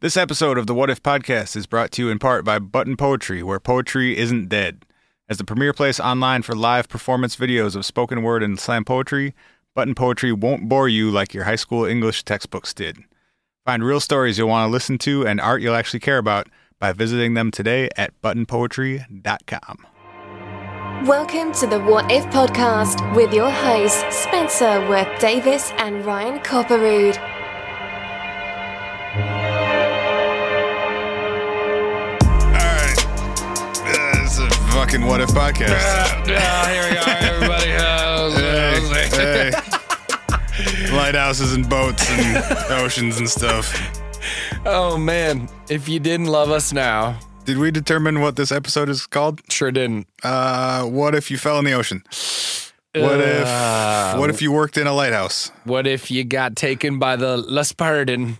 This episode of the What If podcast is brought to you in part by Button Poetry, where poetry isn't dead. As the premier place online for live performance videos of spoken word and slam poetry, Button Poetry won't bore you like your high school English textbooks did. Find real stories you'll want to listen to and art you'll actually care about by visiting them today at buttonpoetry.com. Welcome to the What If podcast with your hosts, Spencer Worth Davis and Ryan Copperrood. All right. this is a fucking What If podcast. Ah, here we are, everybody. hey, hey. Lighthouses and boats and oceans and stuff. Oh man, if you didn't love us now, Did we determine what this episode is called? sure didn't. Uh, what if you fell in the ocean? What if Uh, what if you worked in a lighthouse? What if you got taken by the Les Pardon?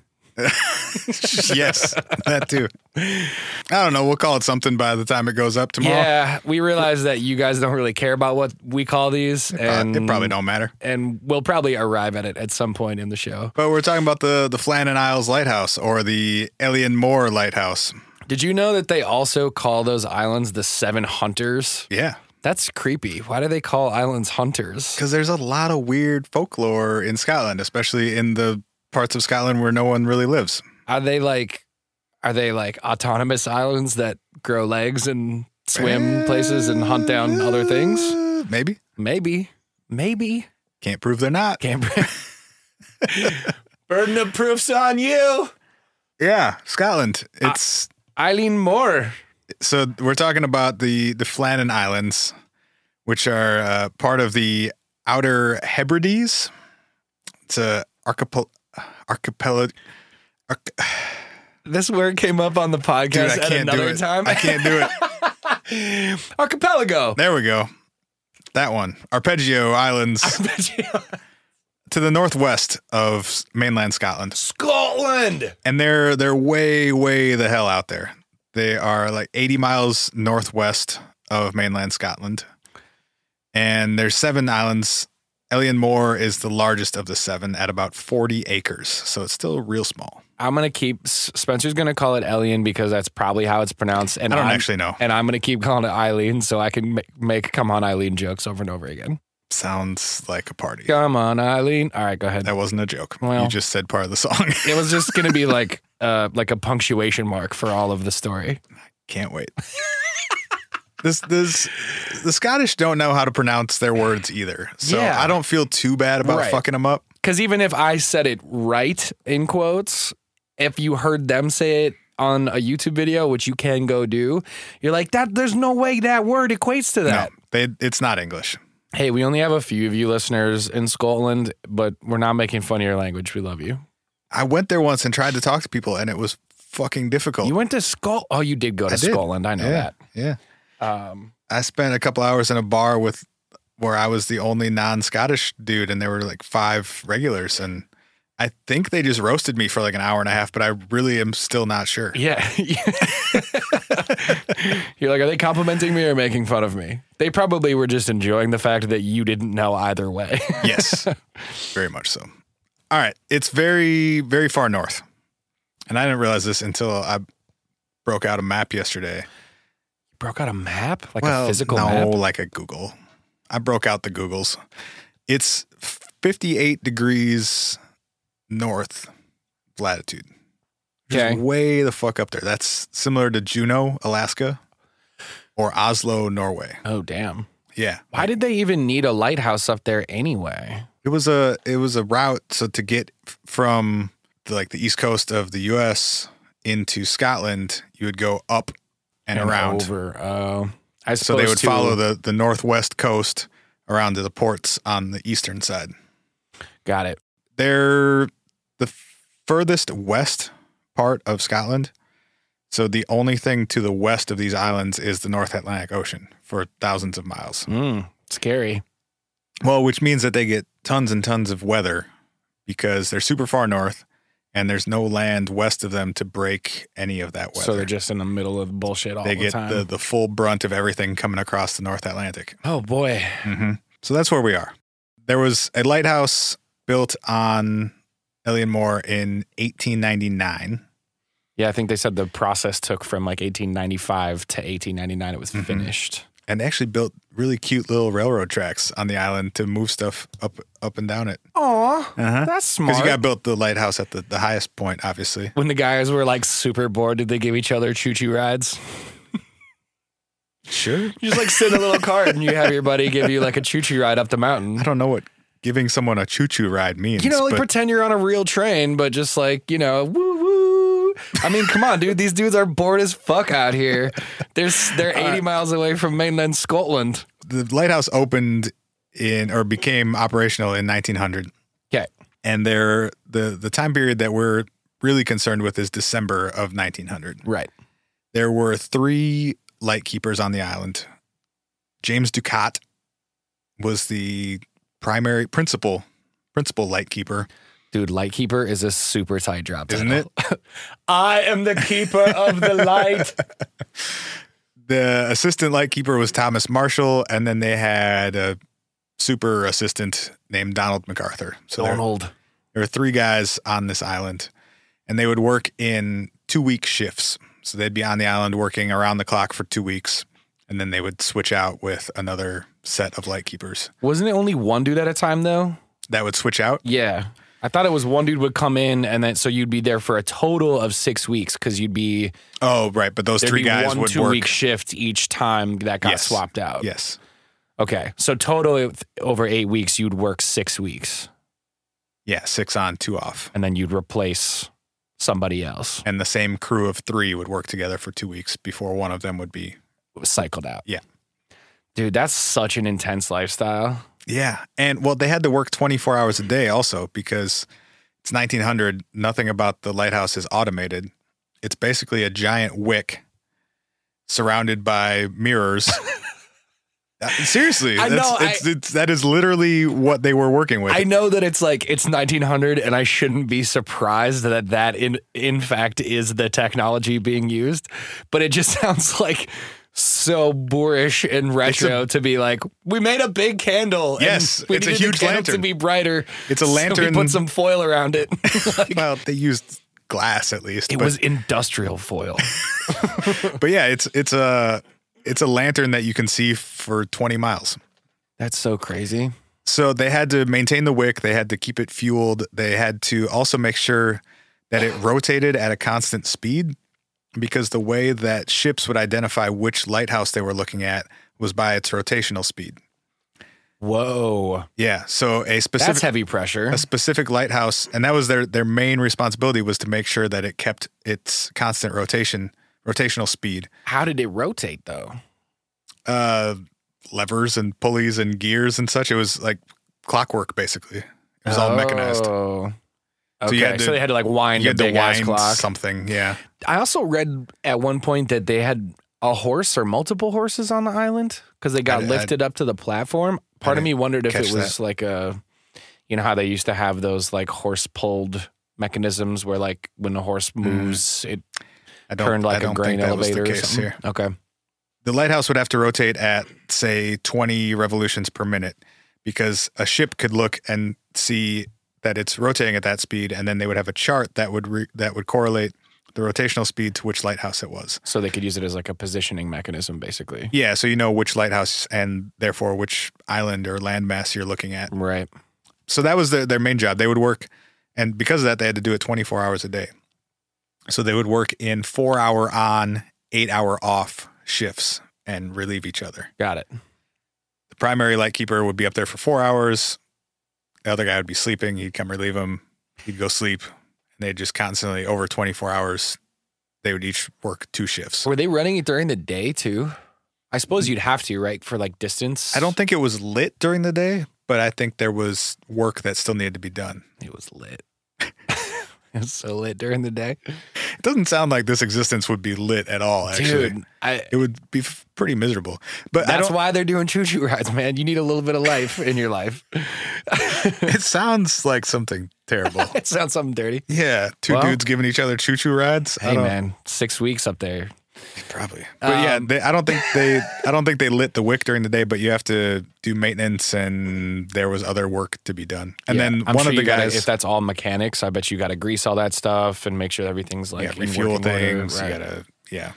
yes, that too. I don't know. We'll call it something by the time it goes up tomorrow. Yeah, we realize that you guys don't really care about what we call these, Uh, and it probably don't matter. And we'll probably arrive at it at some point in the show. But we're talking about the the Flannan Isles Lighthouse or the Alien Moor Lighthouse. Did you know that they also call those islands the Seven Hunters? Yeah, That's creepy. Why do they call islands hunters? because there's a lot of weird folklore in Scotland, especially in the parts of Scotland where no one really lives. Are they like are they like autonomous islands that grow legs and swim places and hunt down other things? Uh, Maybe Maybe. Maybe. can't prove they're not. Canberra. Burden of proof's on you. Yeah, Scotland. It's Eileen Moore. so we're talking about the the Flannan Islands, which are uh, part of the Outer Hebrides. It's a archipel- archipelago. This word came up on the Dude, podcast I at can't do another it. time. I can't do it. Archipelago. There we go. That one, Arpeggio Islands, to the northwest of mainland Scotland, Scotland. and they're they're way way the hell out there. They are like 80 miles northwest of mainland Scotland, and there's seven islands. Elian Moor is the largest of the seven at about 40 acres, so it's still real small. I'm gonna keep S- Spencer's gonna call it Elian because that's probably how it's pronounced. And I don't am actually know. and I'm gonna keep calling it Eileen so I can make, make come on Eileen jokes over and over again. Sounds like a party. Come on Eileen. All right, go ahead. That wasn't a joke. you Well. just said part of the song. It was just gonna be like uh like a punctuation mark for all of the story. Can't wait. this this the Scottish don't know how to pronounce their words either. So Yeah. I don't feel too bad about Right. fucking them up. Because even if I said it right in quotes, if you heard them say it on a YouTube video, which you can go do, you're like that. There's no way that word equates to that. No, they, it's not English. Hey, we only have a few of you listeners in Scotland, but we're not making fun of your language. We love you. I went there once and tried to talk to people, and it was fucking difficult. You went to Scotland. Oh, you did go to I did. Scotland. I know yeah, yeah. that. Um, I spent a couple hours in a bar with where I was the only non-Scottish dude, and there were like five regulars, and I think they just roasted me for like an hour and a half. But I really am still not sure. Yeah. You're like, are they complimenting me or making fun of me? They probably were just enjoying the fact that you didn't know either way. Yes, very much so. All right, it's very, very far north, and I didn't realize this until I broke out a map yesterday. Broke out a map? Like well, a physical no, map? like a Google. I broke out the Googles. It's 58 degrees north latitude. Just Okay. way the fuck up there. That's similar to Juneau, Alaska, or Oslo, Norway. Oh, damn. Yeah, Why did they even need a lighthouse up there anyway? It was a it was a route so to get f- from the, like the east coast of the U.S. into Scotland, you would go up and, around. Over. Oh. I So they suppose would to- follow the the northwest coast around to the ports on the eastern side. Got it. They're the furthest west part of Scotland. So the only thing to the west of these islands is the North Atlantic Ocean for thousands of miles. Mm, scary. Well, which means that they get tons and tons of weather because they're super far north and there's no land west of them to break any of that weather. So they're just in the middle of bullshit all they the get time. the, the full brunt of everything coming across the North Atlantic. oh, boy. hmm So that's where we are. There was a lighthouse built on Elian Moor in 1899. Yeah, I think they said the process took from like 1895 to 1899. It was Mm-hmm. finished. And they actually built really cute little railroad tracks on the island to move stuff up up and down it. Aw, Uh-huh. that's smart. Because you got built the lighthouse at the, the highest point, obviously. when the guys were like super bored, did they give each other choo choo rides? Sure. You just like sit in a little cart and you have your buddy give you like a choo choo ride up the mountain. I don't know what giving someone a choo choo ride means. You know, like but pretend you're on a real train, but just like, you know, woo woo. I mean, come on, dude. These dudes are bored as fuck out here. They're, s- they're 80 Uh, miles away from mainland Scotland. the lighthouse opened in or became operational in 1900. Okay. And they're, the, the time period that we're really concerned with is December of 1900. Right. There were three light keepers on the island. James Ducat was the primary principal principal light keeper, Dude, Lightkeeper is a super tight drop. isn't title. it? I am the keeper of the light. The assistant light keeper was Thomas Marshall, and then they had a super assistant named Donald MacArthur. So there, Donald. there were three guys on this island, and they would work in two week shifts. So they'd be on the island working around the clock for two weeks, and then they would switch out with another set of light keepers Wasn't it only one dude at a time, though? that would switch out. Yeah. I thought it was one dude would come in, and then so you'd be there for a total of six weeks because you'd be Oh, right. But those there'd three be guys one would two work. week shift each time that got Yes. swapped out. Yes. Okay. So total it- over eight weeks, you'd work six weeks Yeah. Six on, two off. and then you'd replace somebody else. And the same crew of three would work together for two weeks before one of them would be. It was cycled out. Yeah. Dude, that's such an intense lifestyle. Yeah. And well, they had to work 24 hours a day also because it's 1900. Nothing about the lighthouse is automated. It's basically a giant wick surrounded by mirrors. Uh, Seriously, I that's, know, I- it's, it's, that is literally what they were working with. I know that it's like it's 1900 and I shouldn't be surprised that that in in fact is the technology being used, but it just sounds like so boorish and retro to be like we made a big candle. and Yes, we it's a needed the huge candle to lantern. be brighter. It's a so we lantern- put some foil around it. Like, well, they used glass at least. it but- was industrial foil. but yeah, it's it's a it's a lantern that you can see for 20 miles. That's so crazy. So they had to maintain the wick, they had to keep it fueled, they had to also make sure that it rotated at a constant speed because the way that ships would identify which lighthouse they were looking at was by its rotational speed. Whoa. Yeah, so a That's specific heavy pressure. a specific lighthouse and that was their their main responsibility was to make sure that it kept its constant rotation rotational speed. How did it rotate though? uh, levers and pulleys and gears and such. It was like clockwork, basically. It was all mechanized. Oh. Okay, So so, you had to- they had to like wind You a had to big ass wind clock. something. Yeah. I also read at one point that they had a horse or multiple horses on the island because they got I- I- lifted up to the platform. Part of didn't me wondered if it catch was like a, you know, how they used to have those like horse pulled mechanisms where like when the horse moves, it I Mm. don't, turned I like don't a grain think that was elevator the or case something. here. Okay. The lighthouse would have to rotate at, say, 20 revolutions per minute because a ship could look and see that it's rotating at that speed. And then they would have a chart that would, re- that would correlate the rotational speed to which lighthouse it was. So they could use it as like a positioning mechanism basically. Yeah. So you know which lighthouse and therefore which island or landmass you're looking at. Right. so that was their, their main job. They would work, and because of that, they had to do it 24 hours a day. So they would work in four hour on, eight hour off shifts and relieve each other. Got it. The primary light keeper would be up there for four hours. The other guy would be sleeping. He'd come relieve him. He'd go sleep. And they'd just constantly, over 24 hours, they would each work two shifts. Were they running it during the day too? I suppose you'd have to, right? For like distance. I don't think it was lit during the day, but I think there was work that still needed to be done. It was lit. it was so lit during the day. It doesn't sound like this existence would be lit at all, actually. Dude, I, it would be f- pretty miserable. But I That's don't, why they're doing choo choo rides, man. You need a little bit of life in your life. it sounds like something terrible. It sounds something dirty. yeah, two Well- dudes giving each other choo choo rides. I Hey, don't- man, six weeks up there. Probably. But yeah, Um, they, I don't think they I don't think they lit the wick during the day, but you have to do maintenance and there was other work to be done. And Yeah. then I'm one sure of the you gotta- guys if that's all mechanics, I bet you got to grease all that stuff and make sure everything's like yeah, in refuel working order. things. Right. You gotta yeah.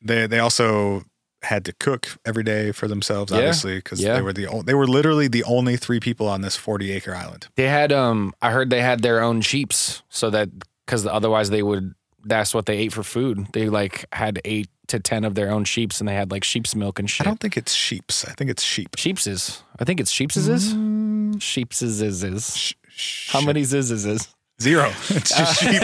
They they also had to cook every day for themselves, Yeah. obviously, because Yeah. they were the o- they were literally the only three people on this forty acre island. They had um I heard they had their own sheeps so that cuz otherwise they would that's what they ate for food. They like had 8 to 10 of their own sheeps and they had like sheep's milk and I shit. don't think it's sheeps. I think it's sheep. Sheepses. I think it's sheepses is. Sheepses is is. Mm. Sh- sh- Uh, How many is is is? Zero. It's just sheep.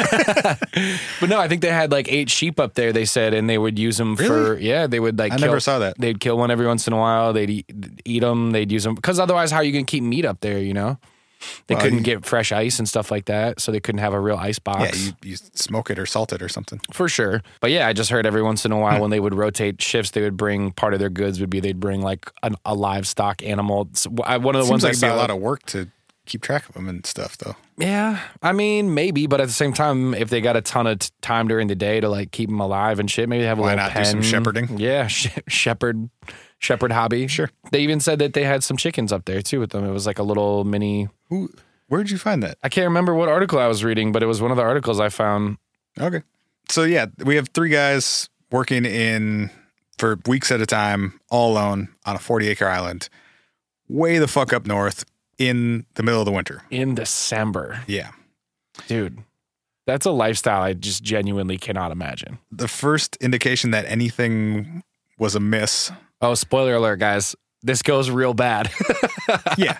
But no, I think they had like 8 sheep up there they said and they would use them for Really? yeah, they would like I kill, never saw that. They'd kill one every once in a while. They'd eat, eat them. They'd use them because otherwise, how are you going to keep meat up there? You know, they Well, couldn't you- get fresh ice and stuff like that, so they couldn't have a real ice Yeah, box you, you smoke it or salt it or something. for sure. But yeah, I just heard every once in a while Hmm. when they would rotate shifts, they would bring part of their goods would be they'd bring like an, a livestock animal. So, I- one of the Seems ones like I it'd be saw. a lot of work to keep track of them and stuff, though. yeah, I mean maybe, but at the same time, if they got a ton of t- time during the day to like keep them alive and shit, maybe they have a Why little not do some pen. shepherding? Yeah, sh- shepherd, shepherd hobby. Sure. They even said that they had some chickens up there too with them. It was like a little mini. Who? Where'd you find that? I can't remember what article I was reading, but it was one of the articles I found. Okay. So yeah, we have three guys working in for weeks at a time, all alone on a forty-acre island, way the fuck up north in the middle of the winter. in December. Yeah. Dude, that's a lifestyle I just genuinely cannot imagine. The first indication that anything was amiss. Oh, spoiler alert, guys. This goes real bad. Yeah.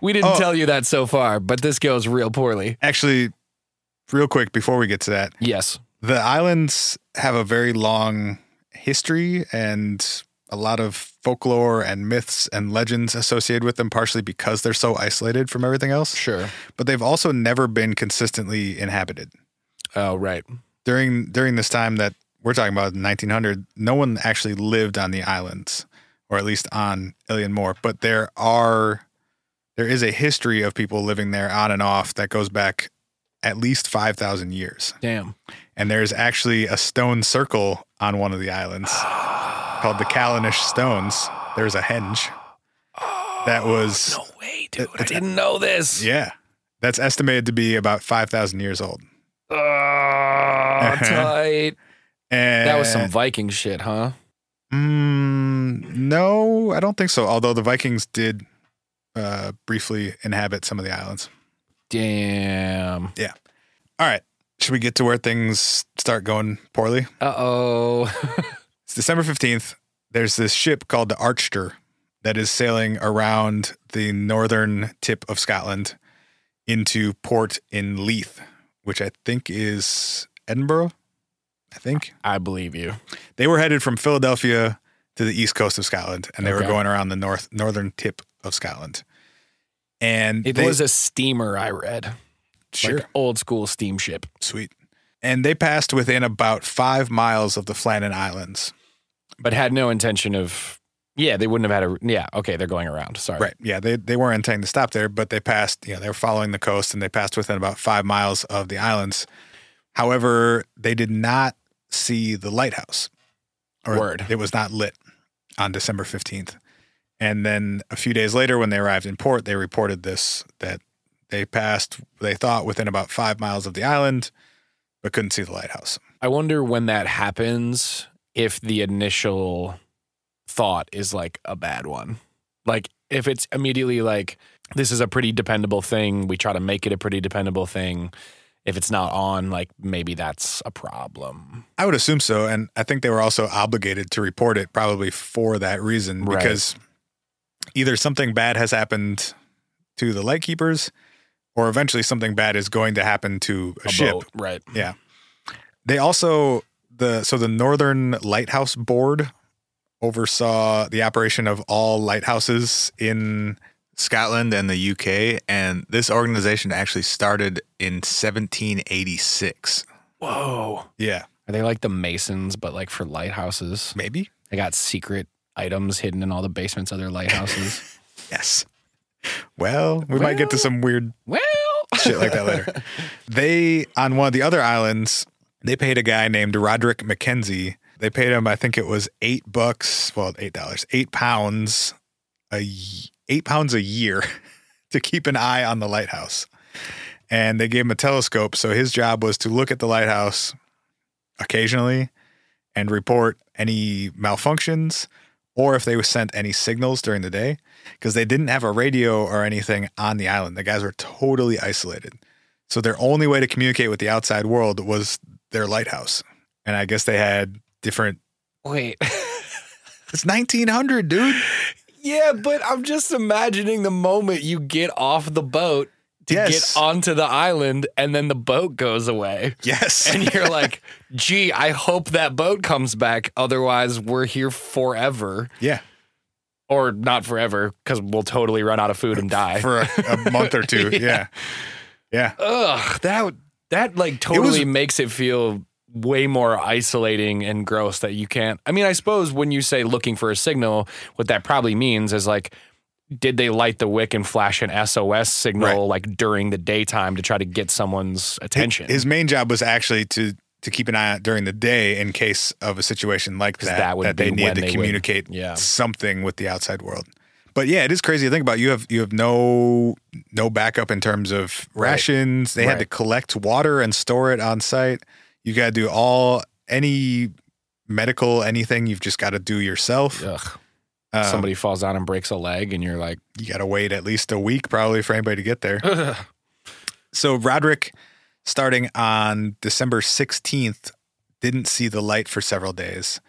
we didn't Oh. tell you that so far, but this goes real poorly. Actually, real quick before we get to that, Yes. The islands have a very long history and a lot of folklore and myths and legends associated with them, partially because they're so isolated from everything else. Sure. But they've also never been consistently inhabited. Oh, right. During during this time that we're talking about, 1900, no one actually lived on the islands, or at least on Ilion Moor. But there are there is a history of people living there on and off that goes back at least five thousand years Damn. and there's actually a stone circle on one of the islands called the Callanish Stones. There's a henge that was Oh, No way, dude. I it's- didn't know this. yeah, that's estimated to be about five thousand years old. Oh, tight. And That was some Viking shit, huh? Mm, no, I don't think so. Although the Vikings did uh, briefly inhabit some of the islands. Damn. All right, should we get to where things start going poorly? Uh oh. It's December 15th. There's this ship called the Archer that is sailing around the northern tip of Scotland into port in Leith, which I think is Edinburgh. I think I believe you. they were headed from Philadelphia to the east coast of Scotland and they Okay. were going around the north northern tip of Scotland. And It they- was a steamer I read. sure Like old school steamship. sweet. And they passed within about five miles of the Flannan Islands. but had no intention of. Yeah, they wouldn't have had a. Yeah, okay, they're going around. Sorry. Right. Yeah. They, they weren't intending to stop there, but they passed, you know, they were following the coast and they passed within about five miles of the islands. However, they did not see the lighthouse. Word. It was not lit on December 15th. And then a few days later, when they arrived in port, they reported this that they passed, they thought, within about five miles of the island, but couldn't see the lighthouse. I wonder when that happens if the initial thought is like a bad one. Like if it's immediately like this is a pretty dependable thing, we try to make it a pretty dependable thing. If it's not on, like maybe that's a problem. I would assume so, and I think they were also obligated to report it probably for that reason Right. because either something bad has happened to the lightkeepers, or eventually something bad is going to happen to a, A ship. boat, right? Yeah. They also the so the Northern Lighthouse Board oversaw the operation of all lighthouses in Scotland and the UK, and this organization actually started in 1786. Whoa. Yeah, Are they like the Masons, but like for lighthouses? maybe. They got secret items hidden in all the basements of their lighthouses. Yes. Well, we might get to Well. some weird well, shit like that later. They, on one of the other islands, They paid a guy named Roderick McKenzie. They paid him, I think it was eight bucks, well, eight dollars, eight pounds a y- eight pounds a year to keep an eye on the lighthouse. And they gave him a telescope, so his job was to look at the lighthouse occasionally and report any malfunctions or if they sent any signals during the day because they didn't have a radio or anything on the island. The guys were totally isolated. So their only way to communicate with the outside world was their lighthouse. And I guess they had different Wait. It's 1900, dude. yeah, but I'm just imagining the moment you get off the boat to Yes. get onto the island and then the boat goes away. Yes. And you're like, gee, I hope that boat comes back. Otherwise, we're here forever. yeah. Or not forever, because we'll totally run out of food and die. For a, a month or two. Yeah. Yeah. Ugh, that that like was- totally makes it feel way more isolating and gross that you can't. I mean, I suppose when you say looking for a signal, what that probably means is like, did they light the wick and flash an SOS signal Right. like during the daytime to try to get someone's attention? His main job was actually to to keep an eye out during the day in case of a situation like 'Cause that that would they be need when to they would- communicate yeah. something with the outside world. But yeah, it is crazy to think about. You have you have no no backup in terms of rations. They had to Right. collect water and store it on site. You got to do all any medical anything. You've just got to do yourself. Ugh, Um, somebody falls down and breaks a leg, and you're like, you got to wait at least a week probably for anybody to get there. Ugh. So Roderick, starting on December 16th, didn't see the light for several days.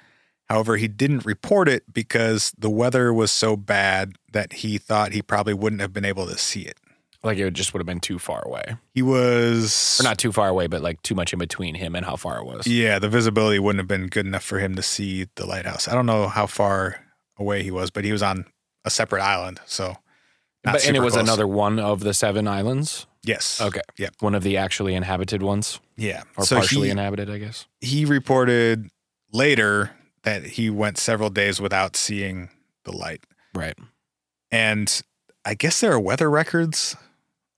However, he didn't report it because the weather was so bad that he thought he probably wouldn't have been able to see it. like it just would have been too far away, He was or not too far away, but like too much in between him and how far it was. Yeah, the visibility wouldn't have been good enough for him to see the lighthouse. I don't know how far away he was, but he was on a separate island, so not but and it super was close. another one of the seven islands, yes. Okay. Yep. one of the actually inhabited ones. Yeah. or So partially he- inhabited, I guess. he reported later that he went several days without seeing the light. Right. And I guess there are weather records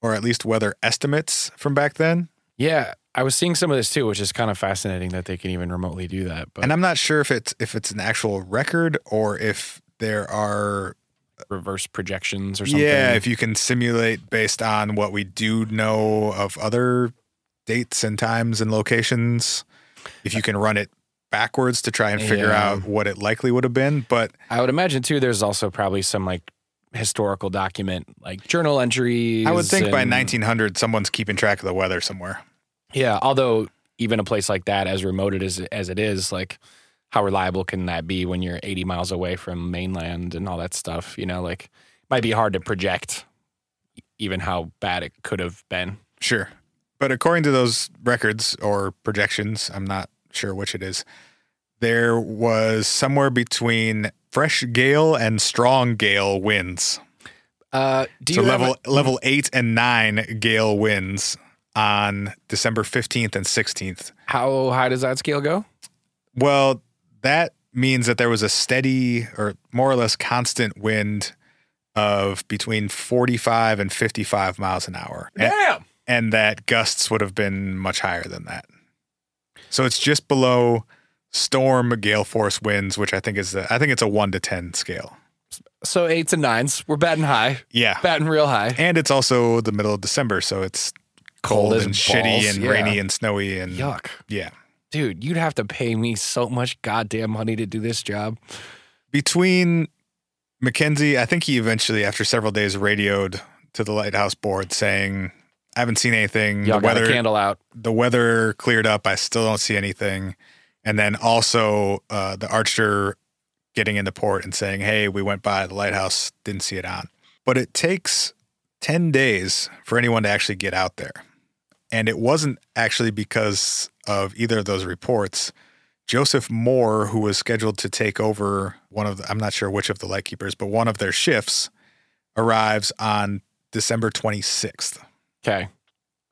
or at least weather estimates from back then. Yeah, I was seeing some of this too, which is kind of fascinating that they can even remotely do that. But And I'm not sure if it's if it's an actual record or if there are reverse projections or something. yeah, if you can simulate based on what we do know of other dates and times and locations. If you can run it backwards to try and figure Yeah. out what it likely would have been, but I would imagine too. There's also probably some like historical document, like journal entries. I would think by and- 1900, someone's keeping track of the weather somewhere. Yeah, although even a place like that, as remote it is as it is, like how reliable can that be when you're 80 miles away from mainland and all that stuff? You know, like might be hard to project e-, even how bad it could have been. Sure. But according to those records or projections, I'm not sure which it is, there was somewhere between fresh gale and strong gale winds. Uh, do so you have a- level level 8 and 9 gale winds on December 15th and 16th. How high does that scale go? Well, that means that there was a steady or more or less constant wind of between 45 and 55 miles an hour. And- Damn. and that gusts would have been much higher than that. So it's just below storm gale force winds, which I think is the I think it's a one to ten scale. So eights and nines. We're batting high, Yeah, batting real high. and it's also the middle of December, so it's cold, Cold as and shitty balls, and yeah. rainy and snowy and Yuck. yeah. Dude, you'd have to pay me so much goddamn money to do this job. Between Mackenzie, I think he eventually, after several days, radioed to the lighthouse board saying, "I haven't seen anything. Y'all Mm, the got a weather candle out. the weather cleared up. I still don't see anything. And then also uh, the Archer getting into port and saying, hey, we went by the lighthouse, didn't see it on. But it takes 10 days for anyone to actually get out there. And it wasn't actually because of either of those reports. Joseph Moore, who was scheduled to take over one of the, I'm not sure which of the lightkeepers, but one of their shifts arrives on December 26th. Okay.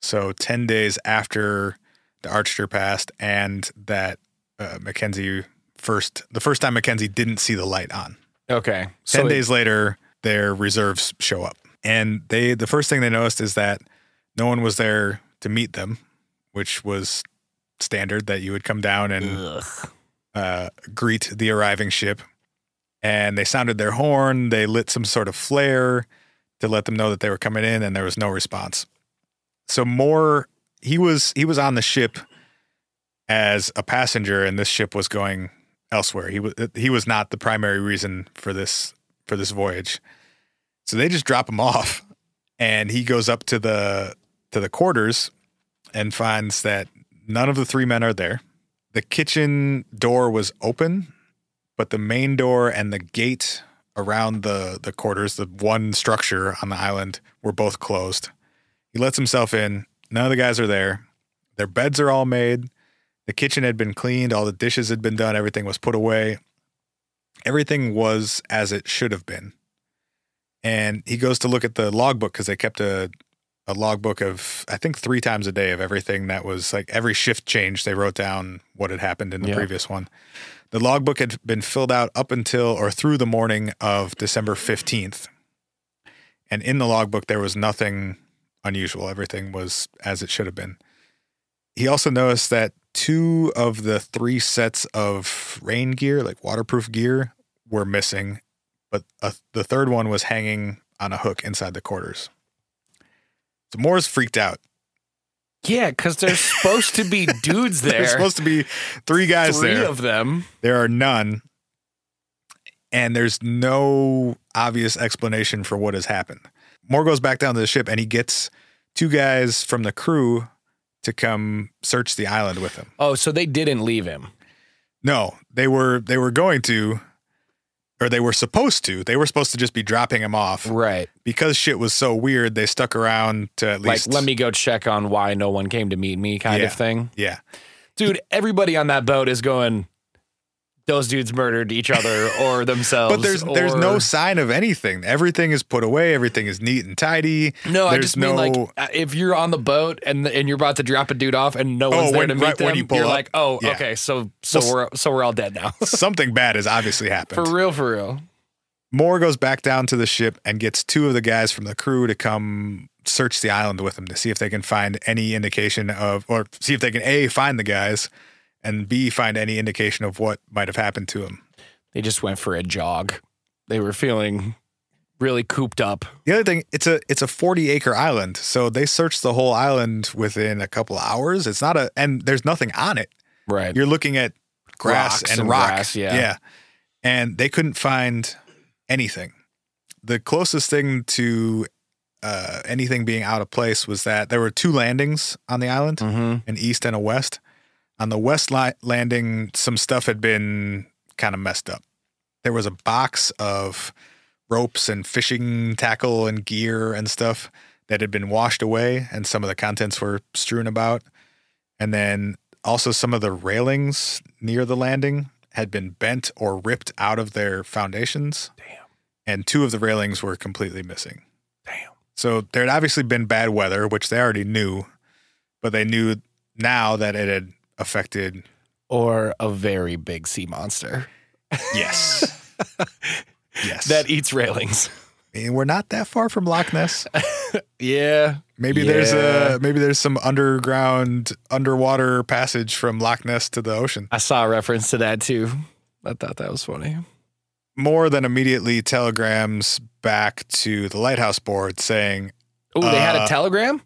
So 10 days after the Archer passed and that uh, Mackenzie first, the first time Mackenzie didn't see the light on. Okay. 10 it- days later, their reserves show up. And they, the first thing they noticed is that no one was there to meet them, which was standard that you would come down Mm. and uh, greet the arriving ship. And they sounded their horn. They lit some sort of flare to let them know that they were coming in, and there was no response. So Moore, he was he was on the ship as a passenger, and this ship was going elsewhere. He was he was not the primary reason for this for this voyage. So they just drop him off, and he goes up to the to the quarters and finds that none of the three men are there. The kitchen door was open, but the main door and the gate around the the quarters, the one structure on the island, were both closed. He lets himself in. None of the guys are there. Their beds are all made. The kitchen had been cleaned. All the dishes had been done. Everything was put away. Everything was as it should have been. And he goes to look at the logbook because they kept a a logbook of I think three times a day of everything that was like every shift change they wrote down what had happened in the Yeah. previous one. The logbook had been filled out up until or through the morning of December 15th. And in the logbook there was nothing unusual. Everything was as it should have been. He also noticed that two of the three sets of rain gear, like waterproof gear, were missing, but uh the third one was hanging on a hook inside the quarters. So Moore's freaked out. Yeah, because there's supposed to be dudes there. There's supposed to be three guys three there. of them. there are none. And there's no obvious explanation for what has happened. Moore goes back down to the ship and he gets two guys from the crew to come search the island with him. Oh, so they didn't leave him. No, they were they were going to or they were supposed to. They were supposed to just be dropping him off. Right. Because shit was so weird, they stuck around to at least Like, let me go check on why no one came to meet me kind Yeah. of thing. Yeah. Dude, everybody on that boat is going, those dudes murdered each other or themselves. But there's there's no or- sign of anything. Everything is put away. Everything is neat and tidy. No, I There's just mean like no- uh, if you're on the boat and and you're about to drop a dude off and no one's there Oh, when- to meet right them, when you pull are up. like, oh, Yeah. okay, so so Well, s- we're so we're all dead now. something bad has obviously for happened. real, for real. Moore goes back down to the ship and gets two of the guys from the crew to come search the island with him to see if they can find any indication of, or see if they can a find the guys, and b find any indication of what might have happened to him. They just went for a jog. They were feeling really cooped up. The other thing, it's a it's a forty acre island, so they searched the whole island within a couple of hours. It's not a, and there's nothing on it. Right. You're looking at grass Rocks and, and rock. grass, yeah. yeah. And they couldn't find anything. The closest thing to uh, anything being out of place was that there were two landings on the island, mm-hmm. an east and a west. On the west li- landing, some stuff had been kind of messed up. There was a box of ropes and fishing tackle and gear and stuff that had been washed away, and some of the contents were strewn about. And then also some of the railings near the landing had been bent or ripped out of their foundations. Damn. And two of the railings were completely missing. Damn. So there had obviously been bad weather, which they already knew, but they knew now that it had affected. Or a very big sea monster Yes. yes. that eats railings. I mean, we're not that far from Loch Ness. Yeah. Maybe there's Yeah. a maybe there's some underground underwater passage from Loch Ness to the ocean. I saw a reference to that too. I thought that was funny. More than immediately telegrams back to the lighthouse board saying Oh, they had a Uh, telegram?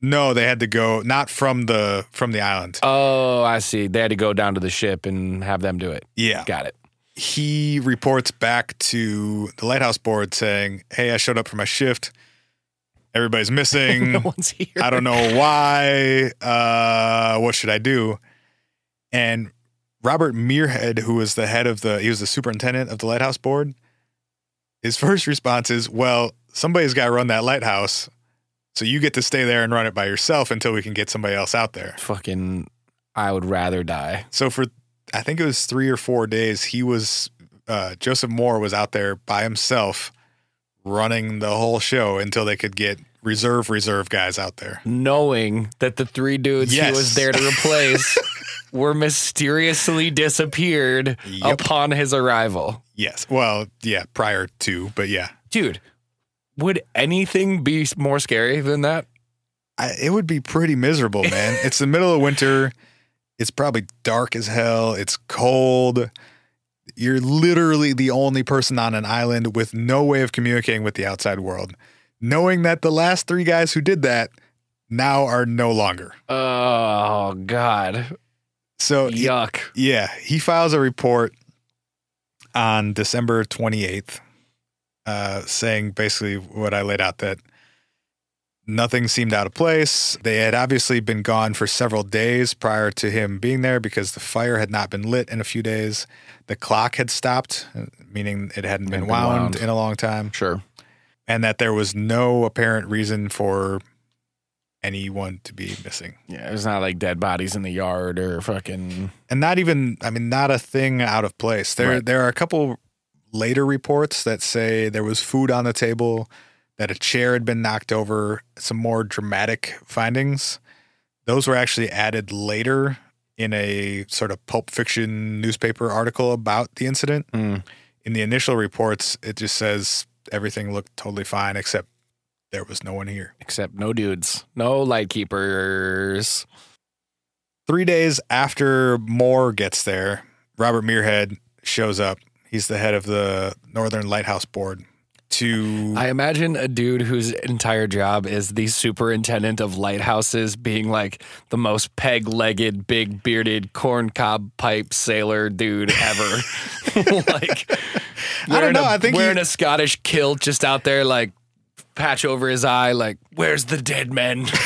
no, they had to go not from the from the island. Oh, I see. They had to go down to the ship and have them do it. Yeah. Got it. he reports back to the lighthouse board saying, "Hey, I showed up for my shift. Everybody's no missing. one's here. I don't know why. Uh, what should I do?" And Robert Muirhead, who was the head of the, he was the superintendent of the lighthouse board. His first response is, "Well, somebody's got to run that lighthouse, so you get to stay there and run it by yourself until we can get somebody else out there." Fucking, I would rather die. So for I think it was three or four days, he was uh, Joseph Moore was out there by himself running the whole show until they could get reserve reserve guys out there. Knowing that the three dudes he Yes. was there to replace were mysteriously disappeared Yep. upon his arrival. Yes. Well, yeah, prior to, but yeah. Dude, would anything be more scary than that? I, it would be pretty miserable, man. it's the middle of winter. It's probably dark as hell. It's cold. You're literally the only person on an island with no way of communicating with the outside world. Knowing that the last three guys who did that now are no longer. Oh God. So, Oh, y- Yuck. yeah, he files a report on December 28th uh, saying basically what I laid out that nothing seemed out of place. They had obviously been gone for several days prior to him being there because the fire had not been lit in a few days. The clock had stopped, meaning it hadn't been Hadn't been wound, wound. in a long time, Sure. and that there was no apparent reason for anyone to be missing. Yeah, it's not like dead bodies in the yard or fucking. and not even I mean not a thing out of place. There Right. there are a couple later reports that say there was food on the table, that a chair had been knocked over, some more dramatic findings. Those were actually added later in a sort of pulp fiction newspaper article about the incident. Mm. In the initial reports, it just says everything looked totally fine except there was no one here. Except no dudes, no light keepers. Three days after Moore gets there, Robert Muirhead shows up. He's the head of the Northern Lighthouse Board. To I imagine a dude whose entire job is the superintendent of lighthouses being like the most peg legged, big bearded, corncob pipe sailor dude ever. like, I don't wearing know, a- I think wearing he- a Scottish kilt just out there, like, patch over his eye, like, where's the dead men?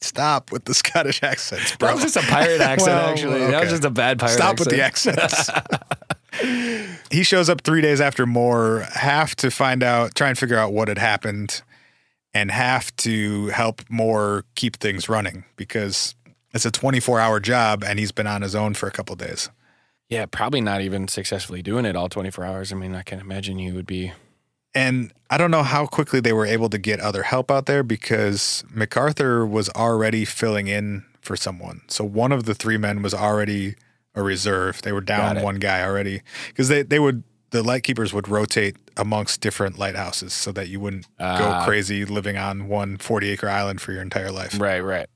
stop with the Scottish accents, bro. That was just a pirate accent, Well, actually. That was okay. just a bad pirate Stop accent. with the accents. he shows up three days after Moore, half to find out, try and figure out what had happened, and half to help Moore keep things running because it's a 24 hour job and he's been on his own for a couple days. Yeah, probably not even successfully doing it all 24 hours. I mean, I can imagine you would be. And I don't know how quickly they were able to get other help out there because MacArthur was already filling in for someone. So one of the three men was already a reserve. They were Got down it. one guy already because they, they would, the lightkeepers would rotate amongst different lighthouses so that you wouldn't Ah. go crazy living on one 40 acre island for your entire life. Right, right.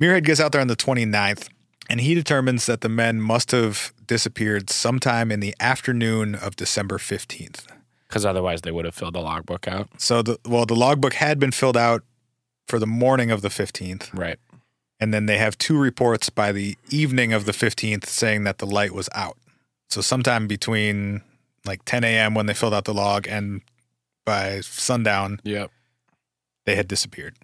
Muirhead gets out there on the 29th and he determines that the men must have disappeared sometime in the afternoon of December 15th. Because otherwise they would have filled the logbook out. So the well, the logbook had been filled out for the morning of the 15th, Right. and then they have two reports by the evening of the 15th saying that the light was out. So sometime between like 10 a.m. when they filled out the log and by sundown, Yep. they had disappeared.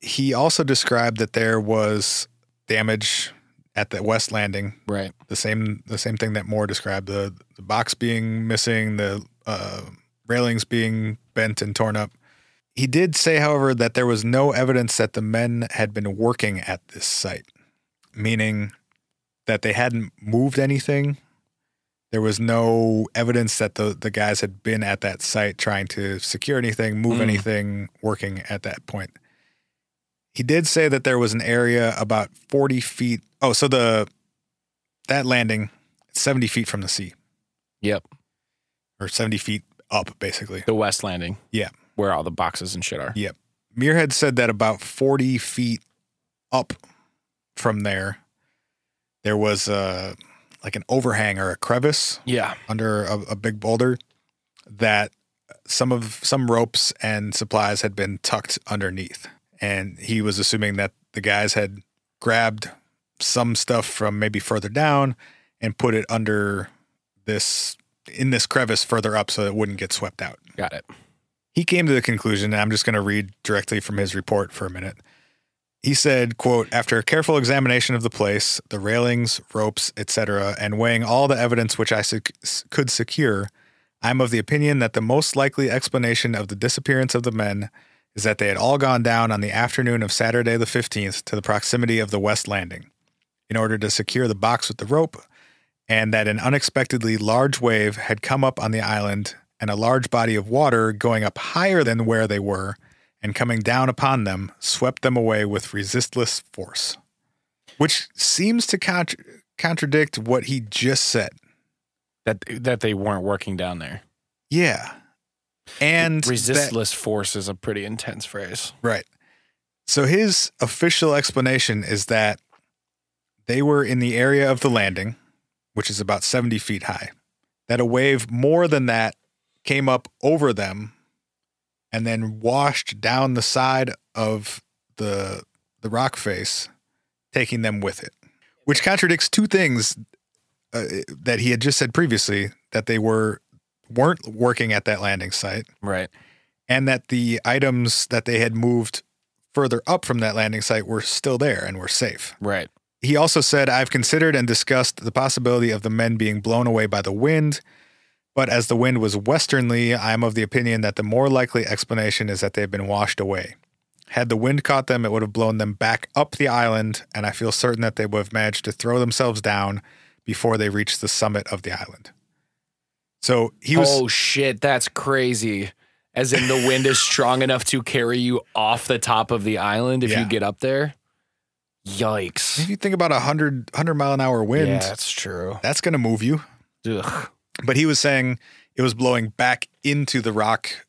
He also described that there was damage at the west landing, Right. the same the same thing that Moore described the the box being missing, the uh, railings being bent and torn up. He did say, however, that there was no evidence that the men had been working at this site, meaning that they hadn't moved anything. There was no evidence that the, the guys had been at that site trying to secure anything, move Mm. anything, working at that point. He did say that there was an area about 40 feet. Oh, so the that landing 70 feet from the sea Yep. or 70 feet up basically The West Landing. Yeah. Where all the boxes and shit are. Yeah. muirhead said that about 40 feet up from there there was a like an overhang or a crevice Yeah. under a, a big boulder that some of some ropes and supplies had been tucked underneath and he was assuming that the guys had grabbed some stuff from maybe further down and put it under this in this crevice further up so it wouldn't get swept out Got it. he came to the conclusion and i'm just going to read directly from his report for a minute he said quote after a careful examination of the place the railings ropes etc and weighing all the evidence which i sec- could secure i'm of the opinion that the most likely explanation of the disappearance of the men is that they had all gone down on the afternoon of saturday the 15th to the proximity of the west landing in order to secure the box with the rope and that an unexpectedly large wave had come up on the island and a large body of water going up higher than where they were and coming down upon them swept them away with resistless force which seems to contr contradict what he just said That that they weren't working down there. yeah and that- resistless force is a pretty intense phrase. right so his official explanation is that They were in the area of the landing, which is about 70 feet high, that a wave more than that came up over them and then washed down the side of the the rock face, taking them with it, which contradicts two things uh, that he had just said previously that they were weren't working at that landing site Right. and that the items that they had moved further up from that landing site were still there and were safe. Right. He also said, I've considered and discussed the possibility of the men being blown away by the wind, but as the wind was westernly, I am of the opinion that the more likely explanation is that they've been washed away. Had the wind caught them, it would have blown them back up the island, and I feel certain that they would have managed to throw themselves down before they reached the summit of the island. So he was. oh shit, that's crazy. As in the wind is strong enough to carry you off the top of the island if Yeah. you get up there. Yikes. If you think about a 100, 100 mile an hour wind, Yeah, that's true. that's going to move you. Ugh. But he was saying it was blowing back into the rock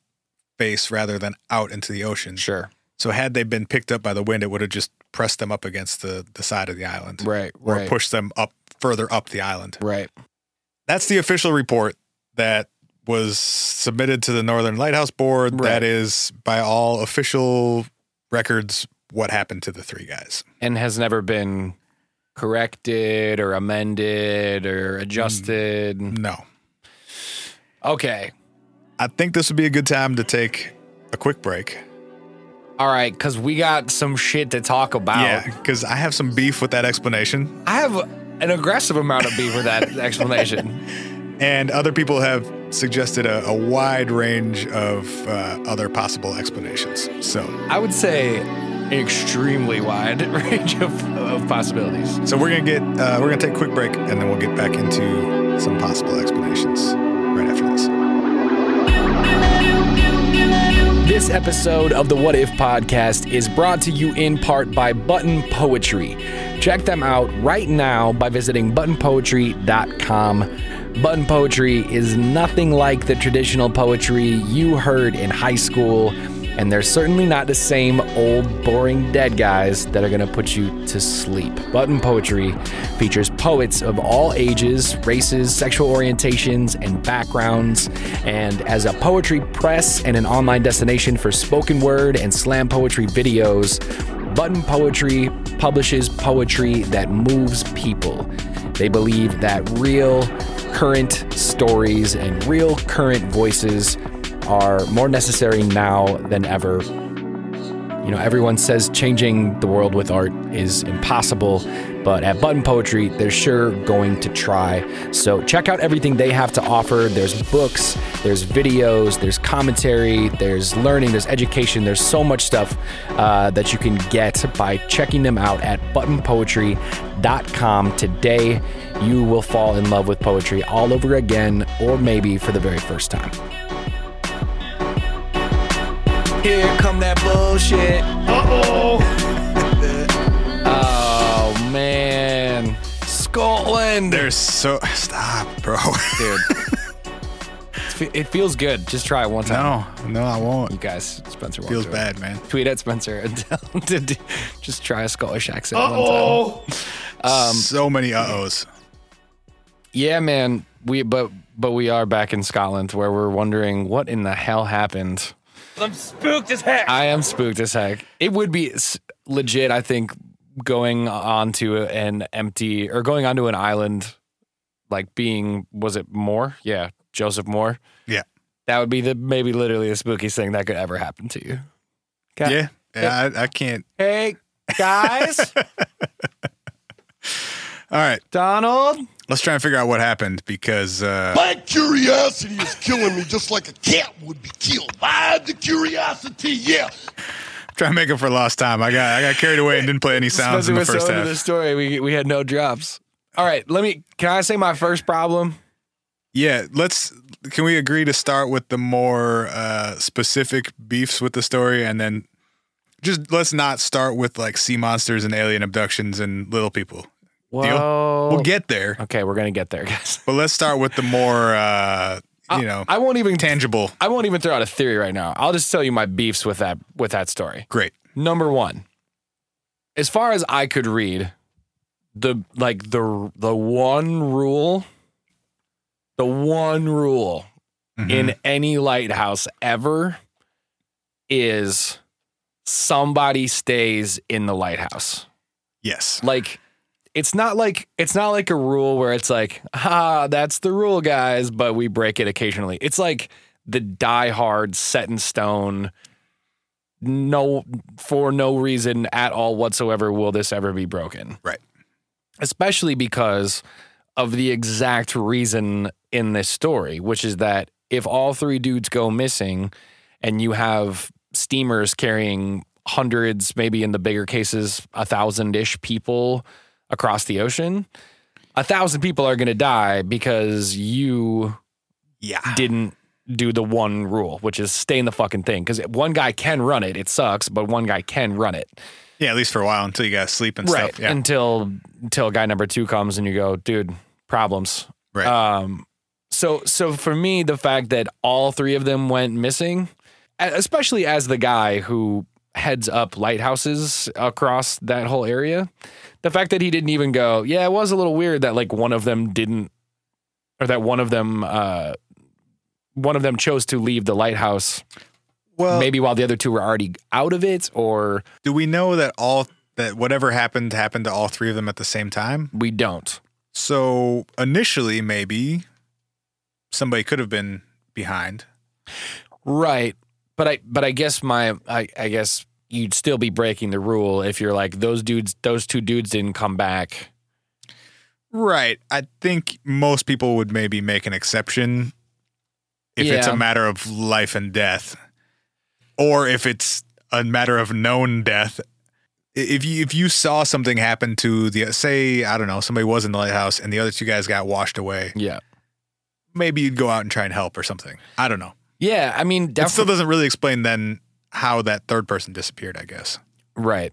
face rather than out into the ocean. Sure. So had they been picked up by the wind, it would have just pressed them up against the, the side of the island Right. or Right. pushed them up further up the island. Right. That's the official report that was submitted to the Northern Lighthouse Board. Right. That is, by all official records, what happened to the three guys. And has never been corrected or amended or adjusted. No. Okay. I think this would be a good time to take a quick break. All right, because we got some shit to talk about. Yeah, because Uh, I have some beef with that explanation. I have an aggressive amount of beef with that explanation. And other people have suggested a, a wide range of uh, other possible explanations. So, I would say an extremely wide range of, of possibilities. so we're gonna get uh, we're gonna take a quick break, and then we'll get back into some possible explanations right after this. This episode of the What If podcast is brought to you in part by Button Poetry. Check them out right now by visiting buttonpoetry.com. Button Poetry is nothing like the traditional poetry you heard in high school, and they're certainly not the same old, boring dead guys that are going to put you to sleep. Button Poetry features poets of all ages, races, sexual orientations, and backgrounds. And as a poetry press and an online destination for spoken word and slam poetry videos, Button Poetry publishes poetry that moves people. They believe that real, current stories and real, current voices are more necessary now than ever you know, everyone says changing the world with art is impossible, but at Button Poetry, they're sure going to try. So check out everything they have to offer. There's books, there's videos, there's commentary, there's learning, there's education. There's so much stuff uh, that you can get by checking them out at buttonpoetry.com today. You will fall in love with poetry all over again, or maybe for the very first time. Here come that bullshit. Uh oh. oh man, Scotland, There's so stop, bro. dude. It's- it feels good. Just try it one time, no, no, I you won't. guys. Spencer won't Feels do it. bad, man. Tweet at Spencer and tell him to do, just try a Scottish accent one time. Um, so many uh ohs. Yeah, man. We but but we are back in Scotland where we're wondering what in the hell happened. I'm spooked as heck. I am spooked as heck. It would be s- legit, I think, going onto an empty or going onto an island, like being was it Moore? Yeah, Joseph Moore. Yeah. that would be the maybe literally the spookiest thing that could ever happen to you. Yeah, Yeah. yeah, I, I can't. Hey guys, All right, Donald. let's try and figure out what happened because uh, My curiosity is killing me just like a cat would be killed by the curiosity, yeah. try and make up for lost time. I got I got carried away and didn't play any sounds in the Spencer was first so into half. the story. We we had no drops. All right, let me. Can I say my first problem? Yeah, let's. Can we agree to start with the more uh, specific beefs with the story, and then just let's not start with like sea monsters and alien abductions and little people. Well, We'll get there, okay, we're gonna get there, guys. but let's start with the more uh, you know I won't even tangible. I won't even throw out a theory right now. I'll just tell you my beefs with that with that story. Great. Number one, as far as I could read, the like the the one rule, the one rule Mm-hmm. in any lighthouse ever is somebody stays in the lighthouse. yes. Like it's not like it's not like a rule where it's like, ah, that's the rule, guys, but we break it occasionally. It's like the diehard set in stone. No, for no reason at all whatsoever will this ever be broken Right. especially because of the exact reason in this story, which is that if all three dudes go missing and you have steamers carrying hundreds, maybe in the bigger cases, a thousand ish people across the ocean, a thousand people are going to die because you Yeah. didn't do the one rule, which is stay in the fucking thing. Because one guy can run it, it sucks, but one guy can run it Yeah, at least for a while until you got to sleep and right stuff. Yeah. until until guy number two comes and you go dude problems right. um so so for me the fact that all three of them went missing e- especially as the guy who heads up lighthouses across that whole area the fact that he didn't even go yeah it was a little weird that like one of them didn't or that one of them uh one of them chose to leave the lighthouse well, maybe while the other two were already out of it or do we know that all that whatever happened happened to all three of them at the same time? we don't So initially, maybe somebody could have been behind. Right. But I but I guess my I, I guess you'd still be breaking the rule if you're like those dudes those two dudes didn't come back. Right. I think most people would maybe make an exception if it's Yeah. a matter of life and death, or if it's a matter of known death. I- If you if you saw something happen to the say I don't know somebody was in the lighthouse and the other two guys got washed away, Yeah. maybe you'd go out and try and help or something. I don't know. Yeah, I mean It still definitely doesn't really explain then how that third person disappeared. I guess. right.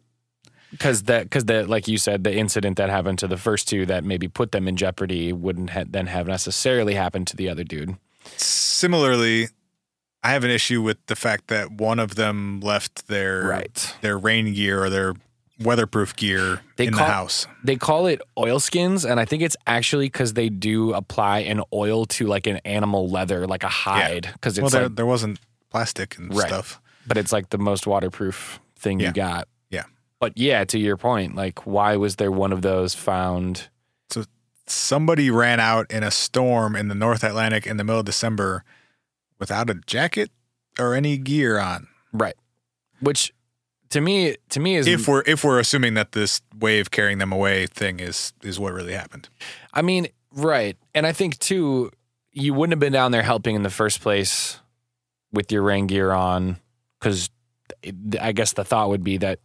Cuz that cuz the like you said the incident that happened to the first two that maybe put them in jeopardy wouldn't ha- then have necessarily happened to the other dude. Similarly, I have an issue with the fact that one of them left their their rain gear or their weatherproof gear They in call- the house. They call it oilskins and I think it's actually cuz they do apply an oil to like an animal leather like a hide cuz it's Well, there, like there wasn't plastic and Right. stuff. but it's like the most waterproof thing Yeah. you got. Yeah. But yeah, to your point, like why was there one of those found? Somebody ran out in a storm in the North Atlantic in the middle of December without a jacket or any gear on. Right. Which to me to me is If we're if we're assuming that this wave carrying them away thing is is what really happened. I mean, right. And I think too you wouldn't have been down there helping in the first place with your rain gear on cuz I guess the thought would be that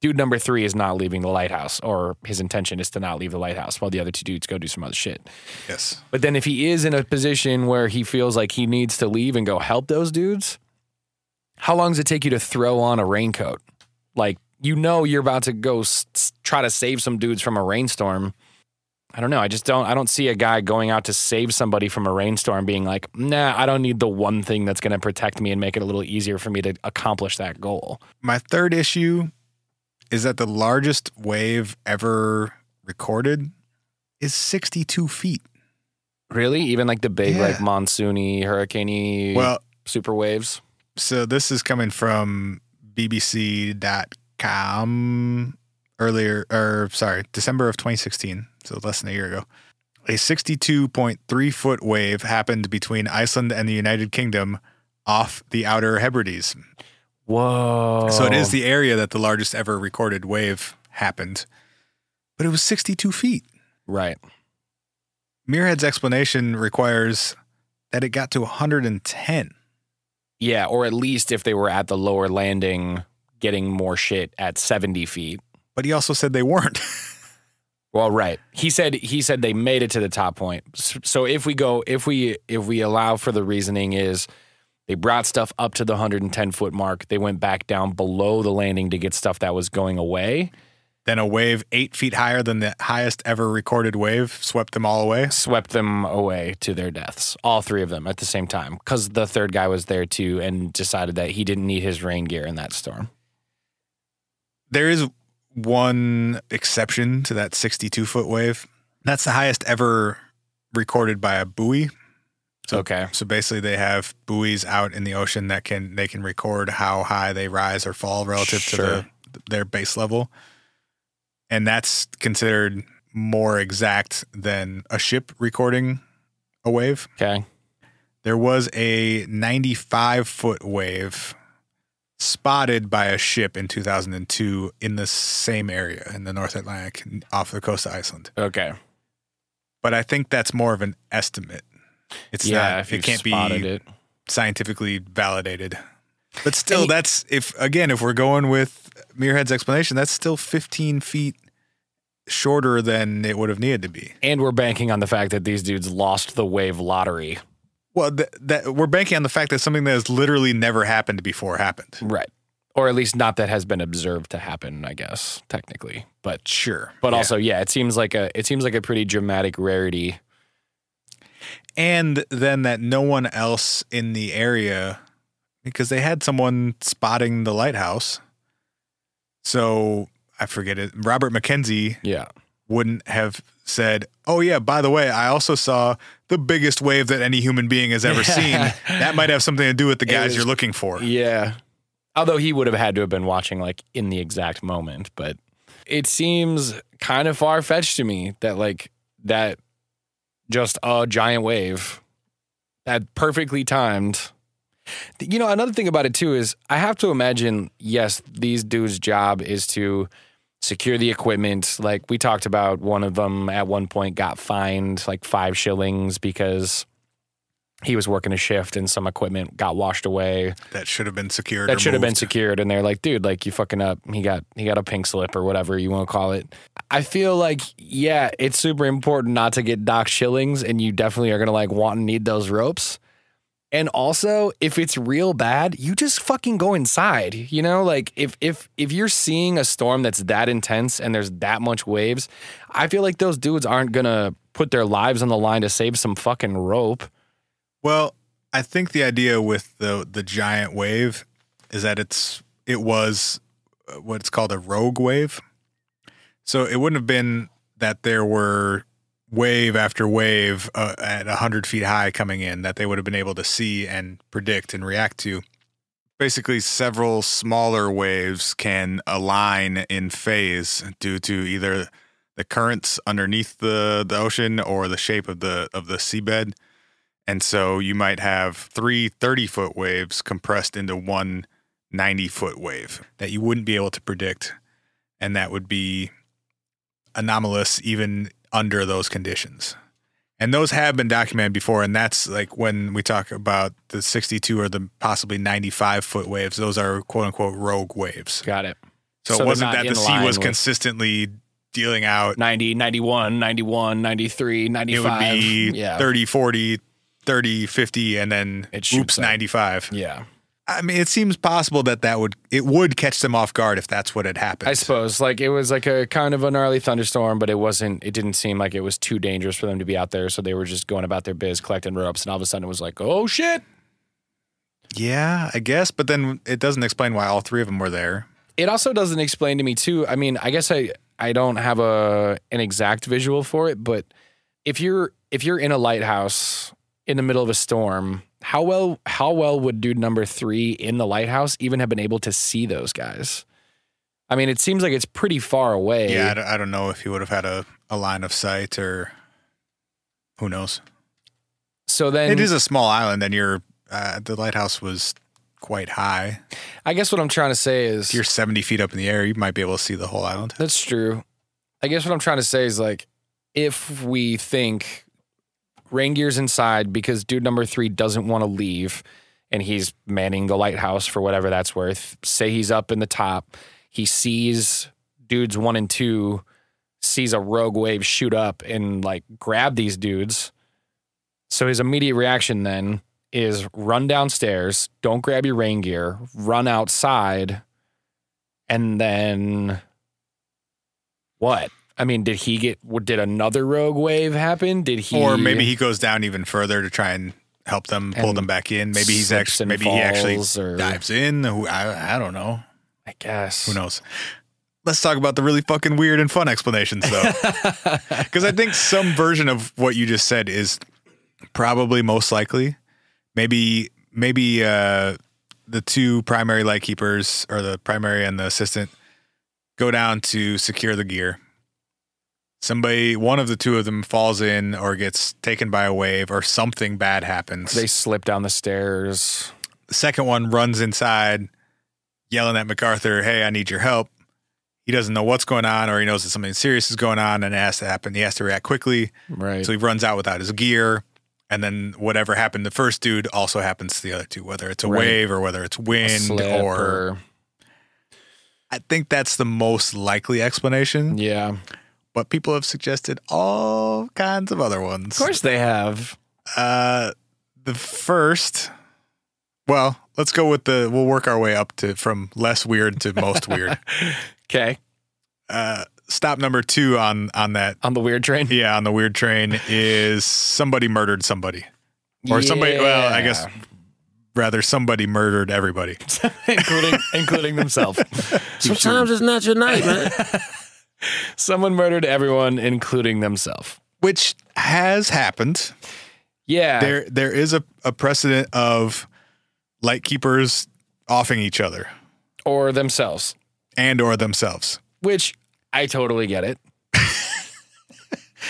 dude number 3 is not leaving the lighthouse or his intention is to not leave the lighthouse while the other two dudes go do some other shit. Yes. But then if he is in a position where he feels like he needs to leave and go help those dudes, how long does it take you to throw on a raincoat? Like you know you're about to go s- s- try to save some dudes from a rainstorm. I don't know. I just don't. I don't see a guy going out to save somebody from a rainstorm being like, "Nah, I don't need the one thing that's going to protect me and make it a little easier for me to accomplish that goal." My third issue is that the largest wave ever recorded is 62 feet. Really, even like the big Yeah. like monsoony, hurricaney, Well, super waves. so this is coming from bbc.com earlier or sorry december of 2016 so less than a year ago a 62.3 foot wave happened between iceland and the united kingdom off the outer hebrides Whoa! so it is the area that the largest ever recorded wave happened but it was 62 feet right. Muirhead's explanation requires that it got to 110 Yeah, or at least if they were at the lower landing getting more shit at 70 feet. but he also said they weren't Well, right. He said he said they made it to the top point. S- So if we go if we if we allow for the reasoning is they brought stuff up to the 110 foot mark, they went back down below the landing to get stuff that was going away, Then a wave eight feet higher than the highest ever recorded wave swept them all away. swept them away to their deaths, all three of them at the same time cuz the third guy was there too and decided that he didn't need his rain gear in that storm. There is one exception to that 62 foot wave. That's the highest ever recorded by a buoy. Okay. So basically, they have buoys out in the ocean that can they can record how high they rise or fall relative Sure. to the, their base level, and that's considered more exact than a ship recording a wave. Okay. There was a 95 foot wave spotted by a ship in 2002 in the same area in the North Atlantic off the coast of Iceland. Okay. But I think that's more of an estimate. It's yeah. not, if you it can't be spotted it. scientifically validated. But still, And- that's if again, if we're going with Muirhead's explanation, that's still 15 feet shorter than it would have needed to be. And we're banking on the fact that these dudes lost the wave lottery. Well, th- that we're banking on the fact that something that has literally never happened before happened. Right. Or at least not that has been observed to happen, I guess, technically. But Sure, but Yeah. also, yeah, it seems like a it seems like a pretty dramatic rarity. and then that no one else in the area, because they had someone spotting the lighthouse. So I forget it. Robert McKenzie Yeah. wouldn't have said, "Oh yeah, by the way, I also saw the biggest wave that any human being has ever seen." That might have something to do with the guys was- you're looking for. Yeah. Although he would have had to have been watching like in the exact moment, but it seems kind of far fetched to me that like that just a giant wave that perfectly timed. You know, another thing about it too is I have to imagine, yes, these dudes' job is to secure the equipment. Like we talked about, one of them at one point got fined like five shillings because he was working a shift and some equipment got washed away That should have been secured. or that should have been moved. secured and they're like dude like you fucking up he got he got a pink slip or whatever you want to call it i feel like yeah it's super important not to get doc shillings and you definitely are gonna like want and need those ropes and also if it's real bad you just fucking go inside you know like if if if you're seeing a storm that's that intense and there's that much waves i feel like those dudes aren't gonna put their lives on the line to save some fucking rope Well, I think the idea with the the giant wave is that it's it was uh, what's called a rogue wave. So it wouldn't have been that there were wave after wave uh, at 100 feet high coming in that they would have been able to see and predict and react to. Basically, several smaller waves can align in phase due to either the currents underneath the, the ocean or the shape of the of the seabed. And so you might have three 30 foot waves compressed into one 90 foot wave that you wouldn't be able to predict. And that would be anomalous even under those conditions. And those have been documented before. And that's like when we talk about the 62 or the possibly 95 foot waves, those are quote unquote rogue waves. got it So, So they're it wasn't not that in the sea line was with- consistently dealing out 90, 91, 91, 93, it 95. would be yeah. 30 40 30 50 and then It oops shoots up. 95 Yeah. i mean it seems possible that that would it would catch them off guard if that's what had happened I suppose like it was like a kind of a gnarly thunderstorm, but it wasn't, it didn't seem like it was too dangerous for them to be out there. So they were just going about their biz, collecting ropes. And all of a sudden it was like, oh shit. yeah i guess but then it doesn't explain why all three of them were there It also doesn't explain to me too. I mean, I guess I, I don't have a, an exact visual for it, but if you're, if you're in a lighthouse in the middle of a storm, how well, how well would dude number three in the lighthouse even have been able to see those guys? I mean, it seems like it's pretty far away. yeah I don't, I don't know if he would have had a, a line of sight or who knows So then it is a small island and you're uh, the lighthouse was quite high I guess what I'm trying to say is if you're 70 feet up in the air you might be able to see the whole island that's true. I guess what I'm trying to say is like if we think rain gear's inside because dude number three doesn't want to leave and he's manning the lighthouse for whatever that's worth. Say he's up in the top, he sees dudes one and two, sees a rogue wave shoot up and like grab these dudes. So his immediate reaction then is run downstairs, don't grab your rain gear, run outside, and then what? I mean, did he get? Did another rogue wave happen? Did he? or maybe he goes down even further to try and help them pull And them back in. Maybe he's slips actually and maybe he actually falls or- dives in. Who I I don't know. I guess. Who knows? let's talk about the really fucking weird and fun explanations though. Because I think some version of what you just said is probably most likely. Maybe maybe uh, the two primary light keepers or the primary and the assistant go down to secure the gear. Somebody, one of the two of them falls in or gets taken by a wave or something bad happens. They slip down the stairs. the second one runs inside yelling at MacArthur, Hey, I need your help. He doesn't know what's going on or he knows that something serious is going on and it has to happen. He has to react quickly. Right. So he runs out without his gear. And then whatever happened to the first dude also happens to the other two, whether it's a Right. wave or whether it's wind Slip or I think that's the most likely explanation. yeah. But people have suggested all kinds of other ones. Of course they have. Uh, the first, well, let's go with the. We'll work our way up to from less weird to most weird. Okay. Uh, stop number two on on that. On the weird train. Yeah, on the weird train is somebody murdered somebody, or somebody. Well, I guess rather somebody murdered everybody. including including themselves. Sometimes it's not your night, man. Someone murdered everyone, including themselves. which has happened. Yeah. There there is a, a precedent of light keepers offing each other or themselves. and or themselves. Which I totally get it.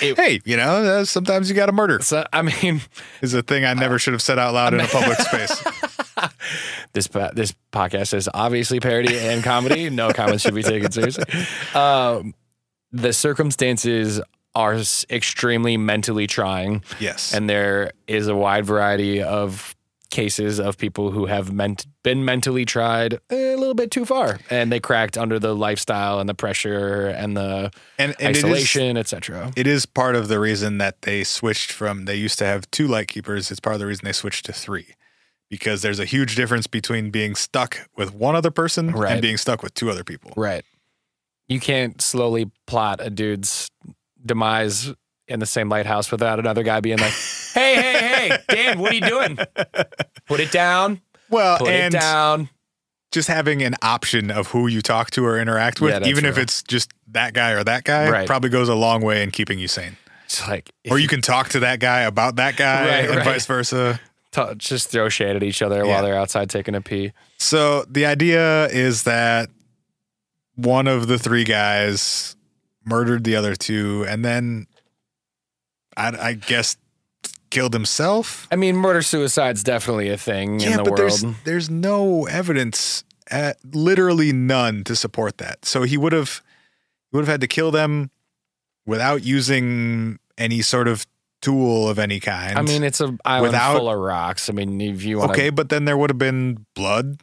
Hey, you know, uh, sometimes you got to murder So I mean is a thing I never should have said out loud in a public space. this po- this podcast is obviously parody and comedy. No comments should be taken seriously. Um, the circumstances are s- extremely mentally trying, Yes. and there is a wide variety of cases of people who have meant been mentally tried a little bit too far, and they cracked under the lifestyle and the pressure and the and, and it is- isolation, etc. it is part of the reason that they switched from they used to have two light keepers it's part of the reason they switched to three because there's a huge difference between being stuck with one other person Right. and being stuck with two other people Right. You can't slowly plot a dude's demise in the same lighthouse without another guy being like, "Hey, hey, hey, Dan, what are you doing? Put it down. well Put and it down." just having an option of who you talk to or interact Yeah, with that's even if true. it's just that guy or that guy Right. probably goes a long way in keeping you sane It's like, or if you can talk to that guy about that guy Right, and right. vice versa t- just throw shade at each other Yeah. while they're outside taking a pee. So the idea is that one of the three guys murdered the other two, and then I, I guess killed himself. I mean, murder suicide's definitely a thing in the world. there's there's no evidence, at, literally none, to support that. So he would have he would have had to kill them without using any sort of tool of any kind. I mean, it's an island without- full of rocks. I mean, if you want to. okay, but then there would have been blood.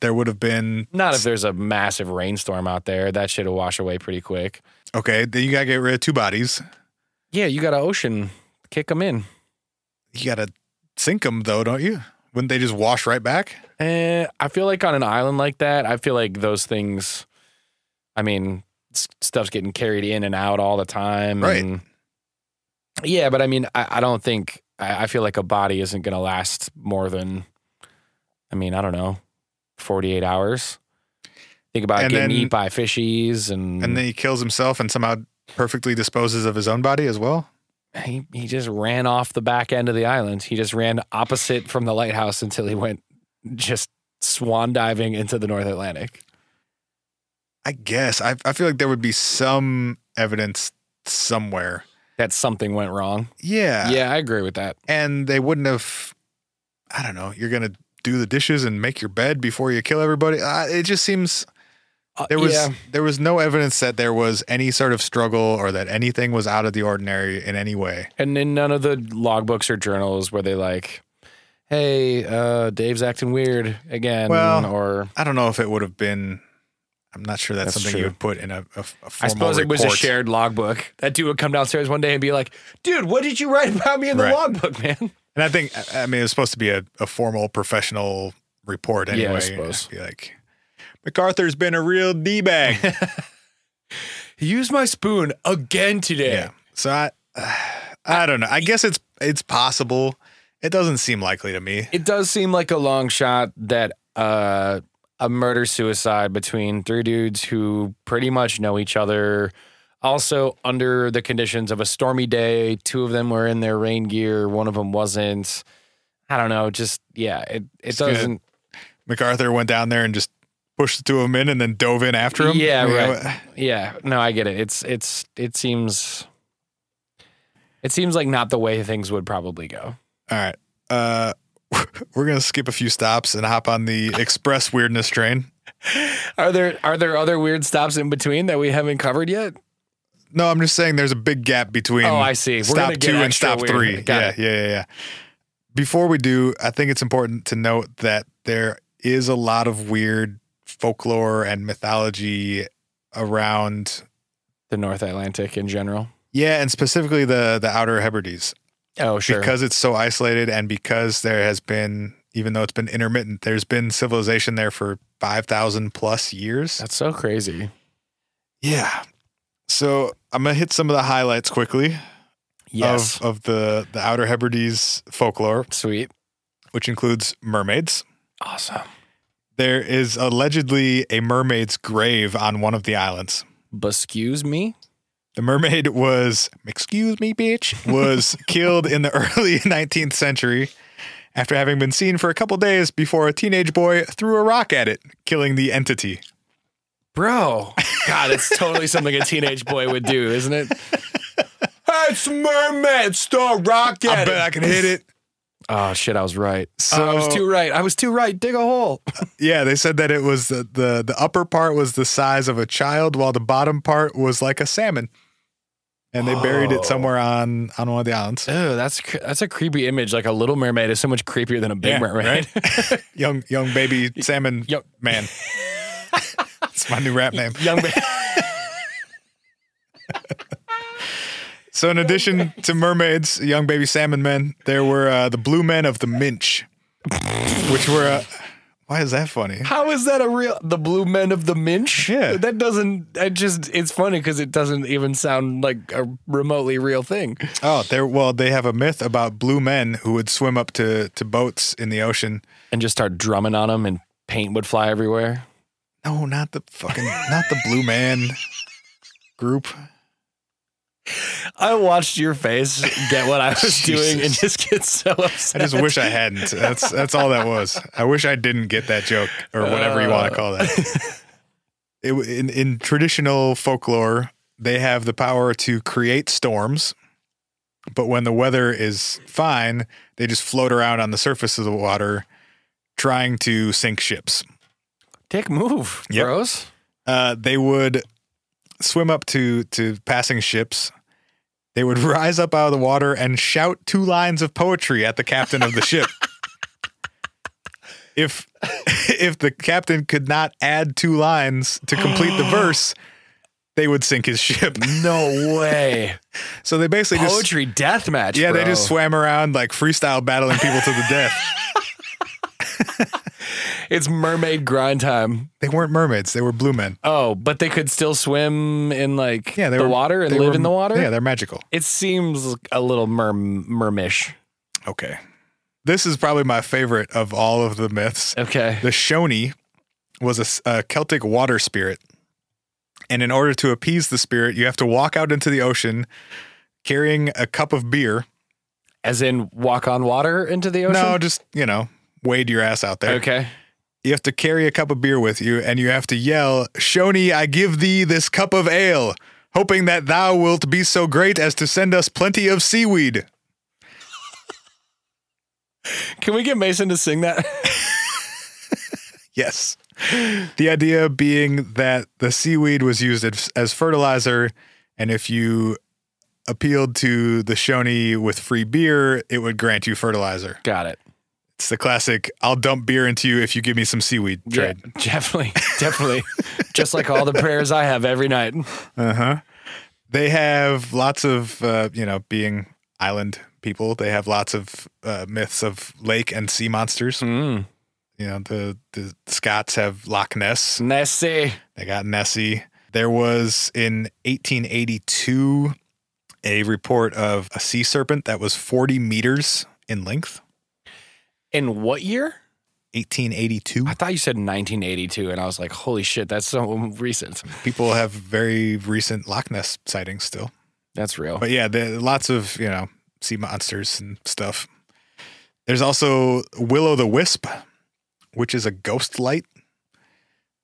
There would have been Not if there's a massive rainstorm out there. That shit will wash away pretty quick. okay. Then you gotta get rid of two bodies. Yeah, you got an ocean. Kick them in. you gotta sink them though, don't you? Wouldn't they just wash right back? Eh, I feel like on an island like that, I feel like those things. I mean, s- stuff's getting carried in and out all the time. Right. and- yeah, but I mean, I, I don't think I, I feel like a body isn't going to last more than, I mean, I don't know, forty eight hours. Think about And getting then- eaten by fishies, and, And then he kills himself and somehow perfectly disposes of his own body as well. he he just ran off the back end of the island. He just ran opposite from the lighthouse until he went just swan diving into the North Atlantic. I guess. I, I feel like there would be some evidence somewhere. That something went wrong. Yeah. Yeah, I agree with that. And they wouldn't have, I don't know, you're gonna do the dishes and make your bed before you kill everybody. Uh, it just seems Uh, there was yeah. there was no evidence that there was any sort of struggle or that anything was out of the ordinary in any way. and in none of the logbooks or journals were they like, "Hey, uh, Dave's acting weird again," Well, or I don't know if it would have been. I'm not sure that's, That's something you true. would put in a, a, a formal I suppose it was a report. shared logbook. That dude would come downstairs one day and be like, "Dude, what did you write about me in the Right. logbook, man?" And I think I- I mean it was supposed to be a, a formal professional report Yeah, I anyway. suppose. Be like MacArthur's been a real d bag. He used my spoon again today. yeah. So I, I don't know. I guess it's it's possible. It doesn't seem likely to me. It does seem like a long shot that uh, a murder suicide between three dudes who pretty much know each other. Also, under the conditions of a stormy day, two of them were in their rain gear, one of them wasn't. I don't know. Just yeah, it it good. doesn't. MacArthur went down there and just pushed the two of them in and then dove in after him. Yeah, You know, right. Yeah, no, I get it. It's it's it seems it seems like not the way things would probably go. All right. Uh, we're going to skip a few stops and hop on the express weirdness train. Are there are there other weird stops in between that we haven't covered yet? No, I'm just saying there's a big gap between. Oh, I see. We're stop gonna get two and extra stop weird. three. Got yeah, it. yeah, yeah, yeah. Before we do, I think it's important to note that there is a lot of weird folklore and mythology around. The North Atlantic in general. Yeah, and specifically the the Outer Hebrides. Oh, sure. because it's so isolated and because there has been even though it's been intermittent there's been civilization there for 5000 plus years that's so crazy. yeah so i'm gonna hit some of the highlights quickly Yes. of, of the the outer hebrides folklore Sweet. which includes mermaids Awesome. there is allegedly a mermaid's grave on one of the islands But excuse me. the mermaid was excuse me bitch was killed in the early 19th century after having been seen for a couple days before a teenage boy threw a rock at it killing the entity Bro. God, it's totally something a teenage boy would do, isn't it? it's mermaid star rocket. i bet i can hit it Oh shit, I was right. So- Uh, I was too right. I was too right. Dig a hole. yeah they said that it was the, the the upper part was the size of a child while the bottom part was like a salmon and they buried it somewhere on on one of the islands Oh, that's cr- that's a creepy image. Like a little mermaid is so much creepier than a big Yeah, mermaid. young young baby salmon Yo- man it's my new rap name Young man. So, in addition to mermaids, young baby salmon men, there were uh, the blue men of the Minch, which were. Uh, why is that funny? How is that a real the blue men of the Minch? Yeah. That doesn't it just it's funny because it doesn't even sound like a remotely real thing. Oh, they're well. They have a myth about blue men who would swim up to to boats in the ocean. And just start drumming on them and paint would fly everywhere. No, not the fucking, not the blue man group. I watched your face get what I was doing and Jesus. just get so I upset. just wish I hadn't. That's that's all that was. I wish I didn't get that joke or whatever you want to call that. It, w- in in traditional folklore, they have the power to create storms, but when the weather is fine, they just float around on the surface of the water, trying to sink ships. Dick move, Yep. bros. Uh, they would swim up to to passing ships. They would rise up out of the water and shout two lines of poetry at the captain of the ship. If if the captain could not add two lines to complete the verse, they would sink his ship. No way. So they basically just Poetry death match. yeah, they bro. just swam around like freestyle battling people to the death. It's mermaid grind time. They weren't mermaids; they were blue men. Oh, but they could still swim in like Yeah, they the were water and they live were- in the water. Yeah, they're magical. it seems a little merm mermish. Okay, this is probably my favorite of all of the myths. Okay. The Shoni was a s- a, Celtic water spirit. And in order to appease the spirit, you have to walk out into the ocean carrying a cup of beer. As in walk on water into the ocean? No, just, you know, wade your ass out there. Okay. You have to carry a cup of beer with you and you have to yell, Shoni, I give thee this cup of ale, hoping that thou wilt be so great as to send us plenty of seaweed. Can we get Mason to sing that? Yes. The idea being that the seaweed was used as, as fertilizer, and if you appealed to the Shoni with free beer, it would grant you fertilizer. Got it. It's the classic I'll dump beer into you if you give me some seaweed trade. Yeah, definitely. Definitely. Just like all the prayers I have every night. Uh huh. They have lots of, uh, you know, being island people, they have lots of uh, myths of lake and sea monsters. Mm. You know, the, the Scots have Loch Ness. Nessie. They got Nessie. There was in 1882 a report of a sea serpent that was 40 meters in length. In what year? 1882. I thought you said 1982, and I was like, holy shit, that's so recent. People have very recent Loch Ness sightings still. That's real. But yeah, there, lots of, you know, sea monsters and stuff. There's also Willow the Wisp, which is a ghost light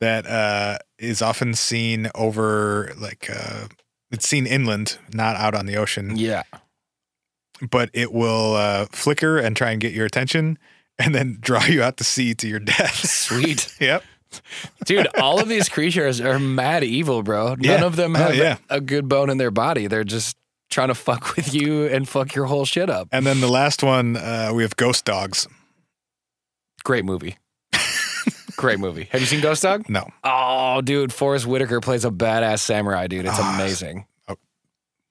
that uh, is often seen over, like, uh, it's seen inland, not out on the ocean. yeah. but it will uh, flicker and try and get your attention and then draw you out to sea to your death. Sweet. yep. Dude, all of these creatures are mad evil, bro. None Yeah. of them Oh, have yeah. a good bone in their body. They're just trying to fuck with you and fuck your whole shit up. And then the last one, uh, we have ghost dogs. Great movie. Great movie. Have you seen Ghost Dog? No. Oh, dude, Forrest Whitaker plays a badass samurai, dude. It's Ah. amazing.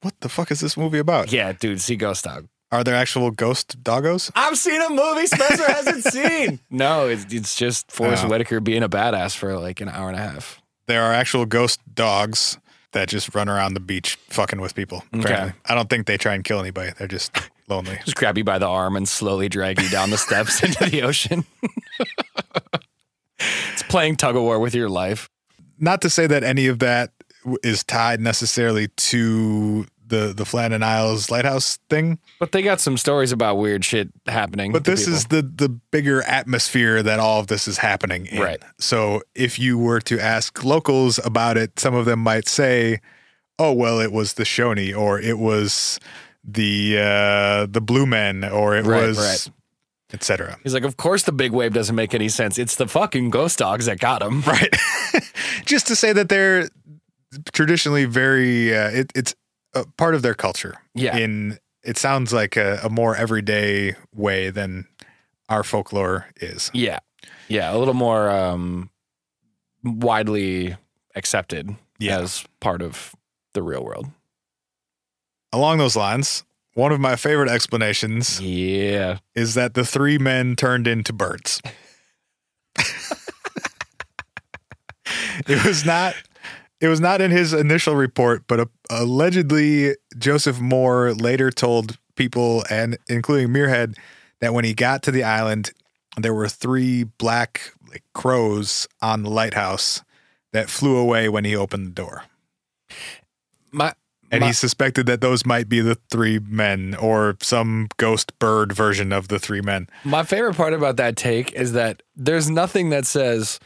What the fuck is this movie about? Yeah, dude, see Ghost Dog. Are there actual ghost doggos? I've seen a movie Spencer hasn't seen. No, it's, it's just Forrest Oh. Whitaker being a badass for like an hour and a half. There are actual ghost dogs that just run around the beach fucking with people. apparently. I don't think they try and kill anybody. They're just lonely. Just grab you by the arm and slowly drag you down the steps into the ocean. it's playing tug of war with your life. Not to say that any of that w- is tied necessarily to the the Flannan Isles lighthouse thing. But they got some stories about weird shit happening. But Mm-hmm. to this people. is the the bigger atmosphere that all of this is happening in. Right. So if you were to ask locals about it, some of them might say, "Oh, well, it was the Shoney, or it was the uh, the Blue Men, or it Right, was right. etc." He's like, of course the big wave doesn't make any sense. It's the fucking ghost dogs that got him. Right. Just to say that they're traditionally very uh, it, it's a part of their culture. Yeah. In it sounds like a, a more everyday way than our folklore is. Yeah. Yeah. A little more um, widely accepted Yeah. as part of the real world. along those lines, one of my favorite explanations Yeah. is that the three men turned into birds. it was not it was not in his initial report, but a, allegedly Joseph Moore later told people and including Muirhead that when he got to the island, there were three black like, crows on the lighthouse that flew away when he opened the door. My, And my- he suspected that those might be the three men or some ghost bird version of the three men. My favorite part about that take is that there's nothing that says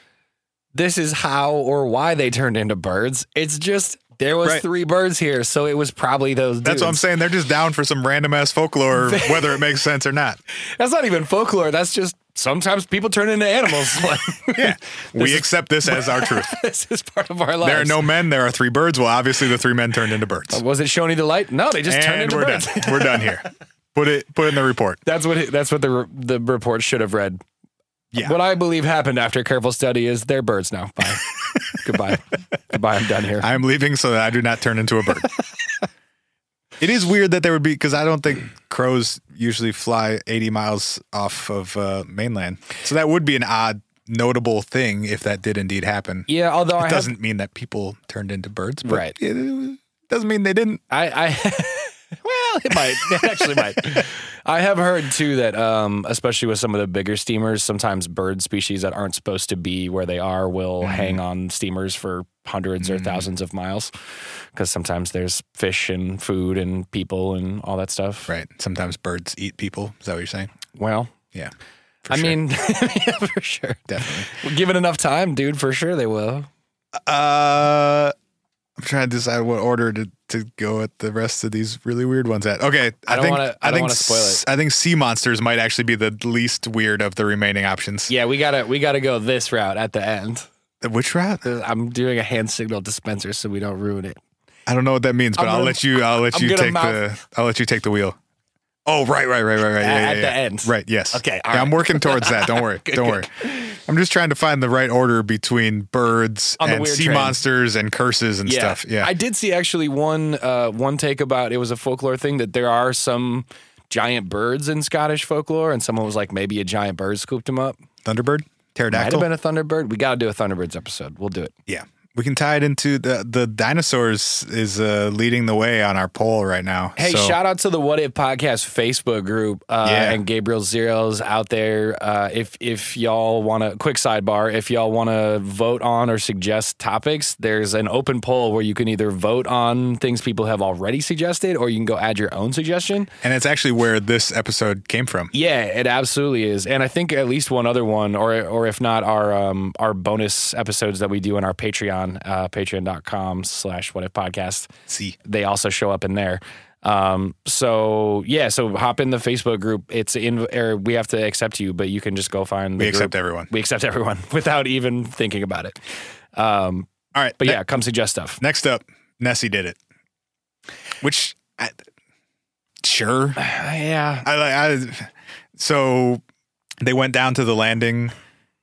this is how or why they turned into birds. It's just there was Right. three birds here, so it was probably those. That's what I'm dudes. saying. They're just down for some random ass folklore, whether it makes sense or not. That's not even folklore. That's just sometimes people turn into animals. Like, Yeah. we is- accept this as our truth. this is part of our lives. There are no men, there are three birds. Well, obviously the three men turned into birds. Was it Shoney the Light? No, they just turned And into we're birds. done. We're done here. Put it put it in the report. That's what it, that's what the re- the report should have read. Yeah. What I believe happened after careful study is they're birds now. Bye. Goodbye. Goodbye. I'm done here. I'm leaving so that I do not turn into a bird. it is weird that there would be because I don't think crows usually fly 80 miles off of uh, mainland. So that would be an odd, notable thing if that did indeed happen. yeah, although I It have doesn't mean that people turned into birds, but Right. It doesn't mean they didn't. I, I well, it might. It actually might. I have heard too that, um, especially with some of the bigger steamers, sometimes bird species that aren't supposed to be where they are will hang on steamers for hundreds or thousands of miles because sometimes there's fish and food and people and all that stuff. Right. Sometimes birds eat people. Is that what you're saying? Well, Yeah. I mean, yeah, for sure. Definitely. Given enough time, dude, for sure they will. Uh, I'm trying to decide what order to, to go at the rest of these really weird ones at. Okay, I don't think wanna- I don't think wanna spoil s- I think sea monsters might actually be the least weird of the remaining options. Yeah, we gotta we gotta go this route at the end. Uh, Which route? I'm doing a hand signal dispenser so we don't ruin it. I don't know what that means, but I'm i will gonna- let you. I'll let I'm you gonna take mouth- the. I'll let you take the wheel. Oh right, right, right, right, right. Yeah, At yeah, the yeah. end. Right. Yes. Okay, all Yeah, I'm right. working towards that. Don't worry. don't worry. I'm just trying to find the right order between birds On the and weird sea train. monsters and curses and stuff. Yeah. I did see actually one uh, one take about it was a folklore thing that there are some giant birds in Scottish folklore, and someone was like, maybe a giant bird scooped him up. Thunderbird, Might have pterodactyl. been a thunderbird. We got to do a thunderbirds episode. We'll do it. Yeah. We can tie it into the the dinosaurs is uh, leading the way on our poll right now. Hey, So, shout out to the What If Podcast Facebook group uh, Yeah. and Gabriel Zeros out there. Uh, if if y'all want to, quick sidebar, if y'all want to vote on or suggest topics, there's an open poll where you can either vote on things people have already suggested, or you can go add your own suggestion. and it's actually where this episode came from. Yeah, it absolutely is, and I think at least one other one, or or if not, our um our bonus episodes that we do in our Patreon, uh, Patreon.com/slash What If Podcast See, they also show up in there. Um, so yeah, so hop in the Facebook group. It's in, or we have to accept you, but you can just go find. The we accept group. everyone. We accept everyone without even thinking about it. Um, All right, but ne- yeah, come suggest stuff. Next up, Nessie did it. Which, I, sure, Yeah, I like. I, so they went down to the landing,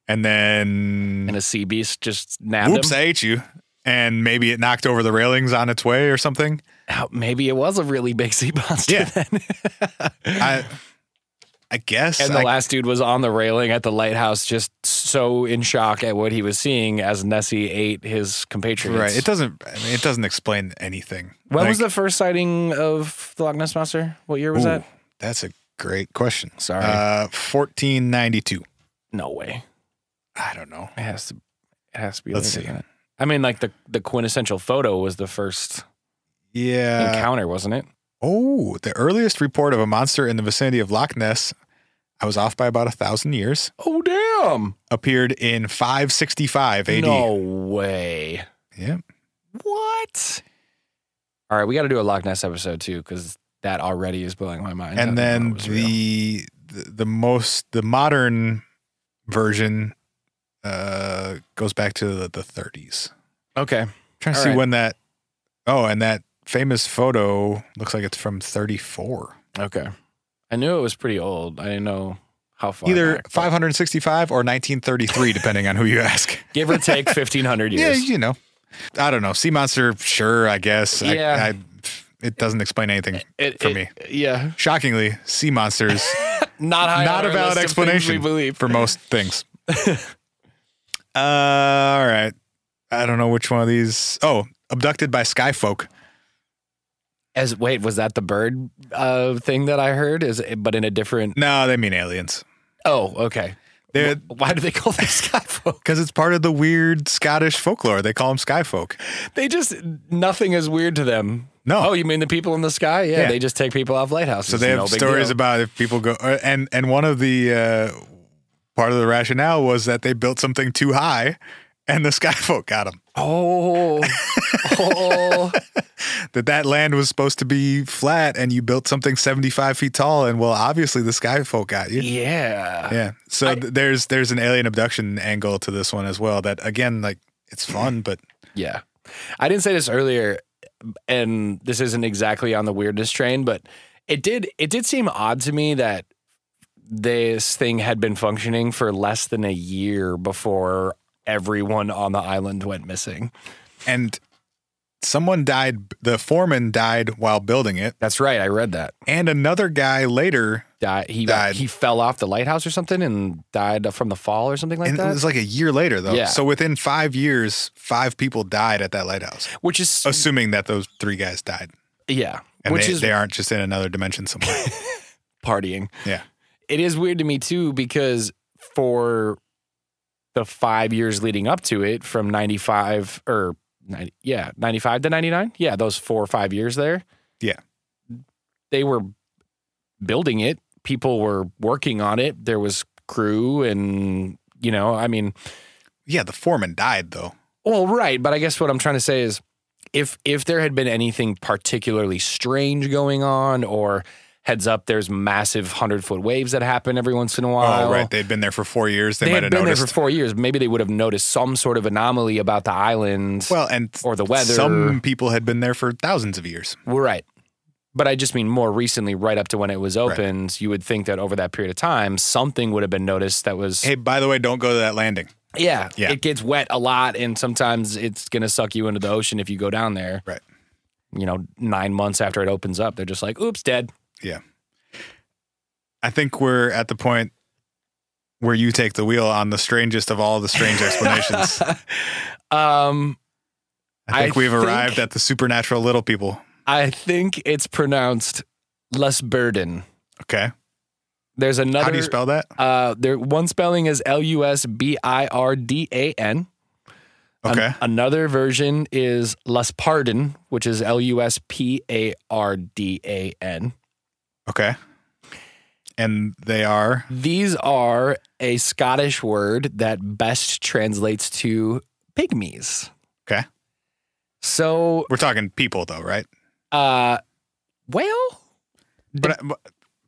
and then and a sea beast just nabbed whoops, him. I ate you. And maybe it knocked over the railings on its way or something. Oh, Maybe it was a really big sea monster. Yeah. then. I, I guess. and the I- last dude was on the railing at the lighthouse, just so in shock at what he was seeing as Nessie ate his compatriots. right. It doesn't. I mean, it doesn't explain anything. when was Like, the first sighting of the Loch Ness monster? What year was ooh, that? That's a great question. Sorry. Uh, fourteen ninety two. No way. I don't know. It has to. It has to be. Let's later see. than that. I mean, like the the quintessential photo was the first Yeah. encounter, wasn't it? Oh, the earliest report of a monster in the vicinity of Loch Ness, I was off by about a thousand years, Oh damn! appeared in 565 AD. No way. Yeah. What? All right, we got to do a Loch Ness episode too, because that already is blowing my mind. And I didn't then know it was real. the, the the most the modern version uh goes back to the, the 30s. okay, trying to All see right. when that Oh, and that famous photo looks like it's from 34. okay. I knew it was pretty old. I didn't know how far. Either back, but 565 or 1933 depending on who you ask. give or take fifteen hundred Yeah, years. you know. I don't know. Sea monster, sure, I guess. I- Yeah. I, it doesn't explain anything It- for it- me. yeah, Shockingly, sea monsters, not high not on a our valid list of things explanation We believe for most things. uh, all right. I don't know which one of these. Oh, abducted by sky folk. As wait, was that the bird uh, thing that I heard? Is it, but in a different? No, they mean aliens. Oh, okay. They're Wh- Why do they call them sky folk? because it's part of the weird Scottish folklore. They call them sky folk. They just nothing is weird to them. No. Oh, you mean the people in the sky? Yeah, Yeah. they just take people off lighthouses. So they have No big stories deal. about if people go, uh, and and one of the uh, part of the rationale was that they built something too high, and the sky folk got them. Oh, oh. That that land was supposed to be flat, and you built something seventy five feet tall, and well, obviously the sky folk got you. yeah. Yeah. So th- there's there's an alien abduction angle to this one as well. That again, like it's fun, but Yeah. I didn't say this earlier and this isn't exactly on the weirdness train, but it did it did seem odd to me that this thing had been functioning for less than a year before everyone on the island went missing. and someone died. The foreman died while building it, That's right, I read that. and another guy later Died, he Died. he fell off the lighthouse or something and died from the fall or something like and that, it was like a year later though. Yeah. So within five years, five people died at that lighthouse. which is Assuming that those three guys died. yeah, And which they, is they aren't just in another dimension somewhere. partying. Yeah. It is weird to me too because for the 5 years leading up to it from 95 or 90, yeah, 95 to 99? Yeah, those 4 or 5 years there. Yeah. They were building it, people were working on it, there was crew and you know, I mean, yeah, the foreman died though. well, right, but I guess what I'm trying to say is if if there had been anything particularly strange going on or heads up there's massive 100-foot waves that happen every once in a while. oh, right. They'd been there for four years. They, They might have had been noticed. there for 4 years, maybe they would have noticed some sort of anomaly about the island well, and or the weather. some people had been there for thousands of years. We're right. But I just mean more recently right up to when it was opened, you would think that over that period of time something would have been noticed that was Hey, by the way, don't go to that landing. yeah, yeah. it gets wet a lot and sometimes it's going to suck you into the ocean if you go down there. Right. you know, nine months after it opens up, they're just like, oops, dead. I think we're at the point where you take the wheel on the strangest of all the strange explanations. um, I think I we've think- arrived at the supernatural little people. I think it's pronounced less burden. Okay. There's another. How do you spell that? Uh, there one spelling is L U S B I R D A N. An- Okay. another version is Lus Pardon, which is L U S P A R D A N. Okay. And they are These are a Scottish word that best translates to pygmies. Okay. So, we're talking people though, right? uh, well, But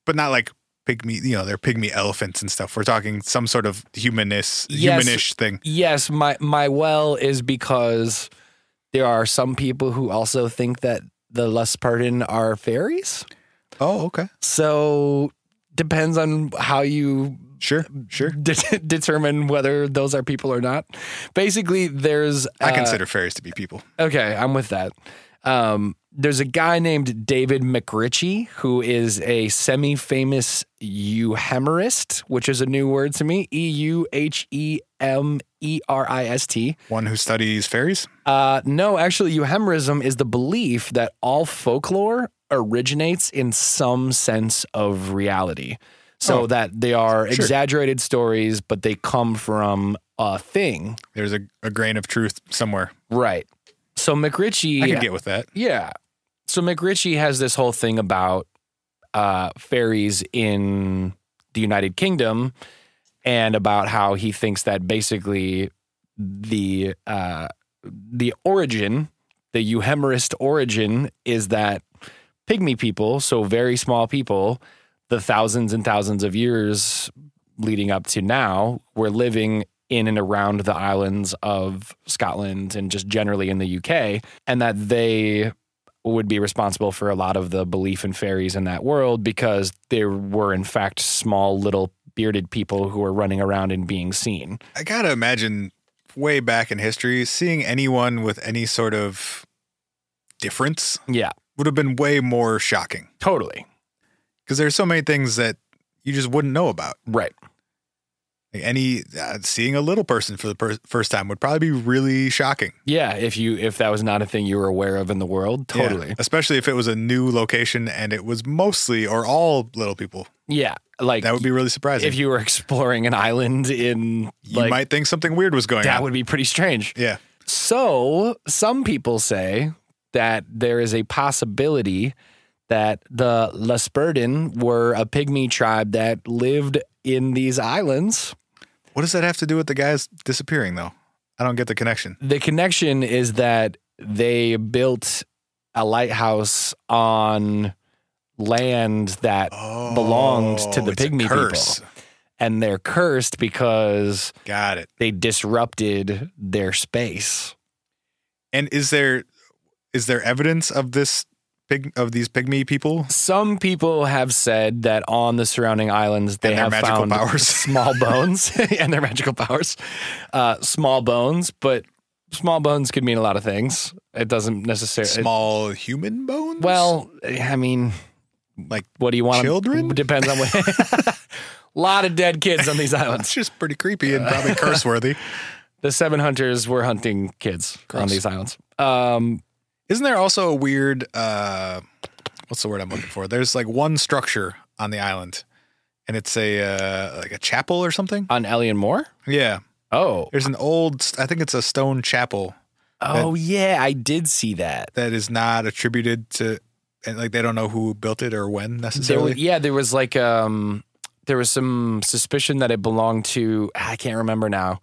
but not like pygmy, you know, they're pygmy elephants and stuff. We're talking some sort of humanist Yes. humanish thing. yes, my my well is because there are some people who also think that the Lus Pardon are fairies. Oh, okay. So depends on how you Sure. Sure. de- determine whether those are people or not. Basically, there's I uh, consider fairies to be people. Okay, I'm with that. Um, there's a guy named David McRitchie who is a semi famous euhemerist, which is a new word to me E U H E M E R I S T. One who studies fairies? Uh, no, actually, euhemerism is the belief that all folklore originates in some sense of reality. So Oh, that they are sure. exaggerated stories, but they come from a thing. There's a, a grain of truth somewhere. Right. So McRitchie. I can get with that. Yeah. So McRitchie has this whole thing about uh, fairies in the United Kingdom and about how he thinks that basically the uh, the origin, the euhemerist origin, is that pygmy people, so very small people, the thousands and thousands of years leading up to now, were living in and around the islands of Scotland and just generally in the UK, and that they would be responsible for a lot of the belief in fairies in that world because there were, in fact, small little bearded people who were running around and being seen. I gotta imagine way back in history, seeing anyone with any sort of difference Yeah, would have been way more shocking totally. because there's so many things that you just wouldn't know about. Right. Like any uh, seeing a little person for the per- first time would probably be really shocking. Yeah, if you if that was not a thing you were aware of in the world, Yeah. totally. especially if it was a new location and it was mostly or all little people. Yeah, like That would be really surprising. if you were exploring an island in You like might think something weird was going that on. would be pretty strange. Oh, yeah. So, some people say that there is a possibility that the Lasperden were a pygmy tribe that lived in these islands. What does that have to do with the guys disappearing though? I don't get the connection. The connection is that they built a lighthouse on land that belonged to the Oh, it's a pygmy curse. people. And they're cursed because Got it. they disrupted their space. And is there is there evidence of this pig of these pygmy people? Some people have said that on the surrounding islands they And their have magical found powers. small bones and their magical powers, uh, small bones. But small bones could mean a lot of things. It doesn't necessarily. Small human bones? well, I mean, Like what do you want? children? depends on what. A lot of dead kids on these it's islands. just pretty creepy uh, and probably curse worthy. The seven hunters were hunting kids on Gross. these islands. Um, Isn't there also a weird uh what's the word I'm looking for? There's like one structure on the island and it's a uh like a chapel or something? on Elian Moore. Yeah. Oh, There's an old I think it's a stone chapel oh yeah, I did see that. that is not attributed to and like they don't know who built it or when There necessarily. was, yeah, there was like um there was some suspicion that it belonged to I can't remember now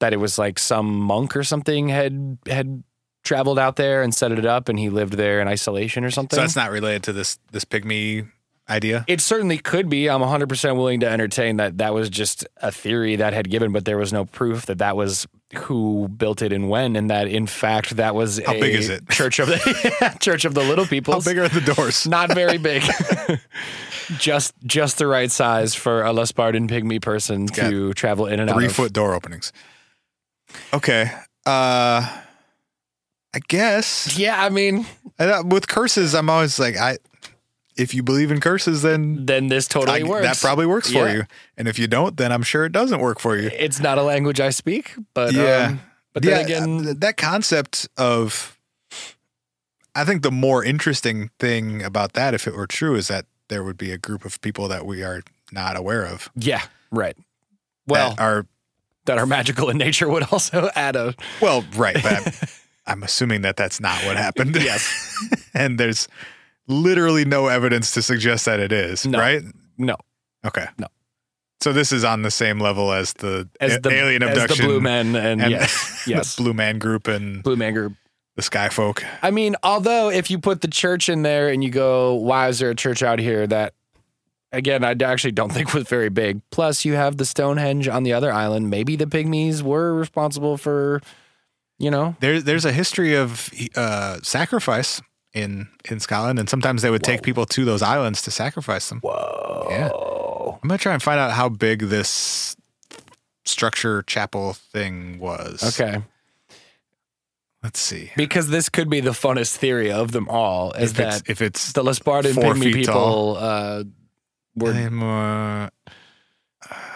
that it was like some monk or something had had traveled out there and set it up and he lived there in isolation or something. so that's not related to this this pygmy idea. it certainly could be. I'm 100% willing to entertain that that was just a theory that had given but there was no proof that that was who built it and when and that in fact that was How a big is it? church of the church of the little people. How big are the doors? not very big. just just the right size for a Lesbarden pygmy person to travel in and out. three of. foot door openings. Okay. Uh I guess Yeah, I mean, I, thought uh, with curses, I'm always like, I if you believe in curses, then then this totally I- works. that probably works for Yeah. you. And if you don't, then I'm sure it doesn't work for you. It's not a language I speak, but Yeah. um, But then yeah, uh, again, th- that concept of, I think the more interesting thing about that, if it were true, is that there would be a group of people that we are not aware of. yeah, right. Well, that uh, are that are magical in nature would also add a well, right, but I'm, I'm assuming that that's not what happened. Yes. and there's literally no evidence to suggest that it is, No. right? no Okay. No. So this is on the same level as the, as a- the alien abduction, as the blue men and, and yes, the yes, blue man group, and blue man group. the sky folk. I mean, although if you put the church in there and you go, why is there a church out here that, again, I actually don't think was very big. Plus, you have the Stonehenge on the other island. Maybe the pygmies were responsible for, you know, There, there's a history of uh, sacrifice in in Scotland, and sometimes they would take people to those islands to sacrifice them. Whoa! Yeah. I'm gonna try and find out how big this structure chapel thing was. okay, Let's see. because this could be the funnest theory of them all is if that it's, if it's the Lespartan four pygmy feet people uh, were. I'm, uh, uh, let's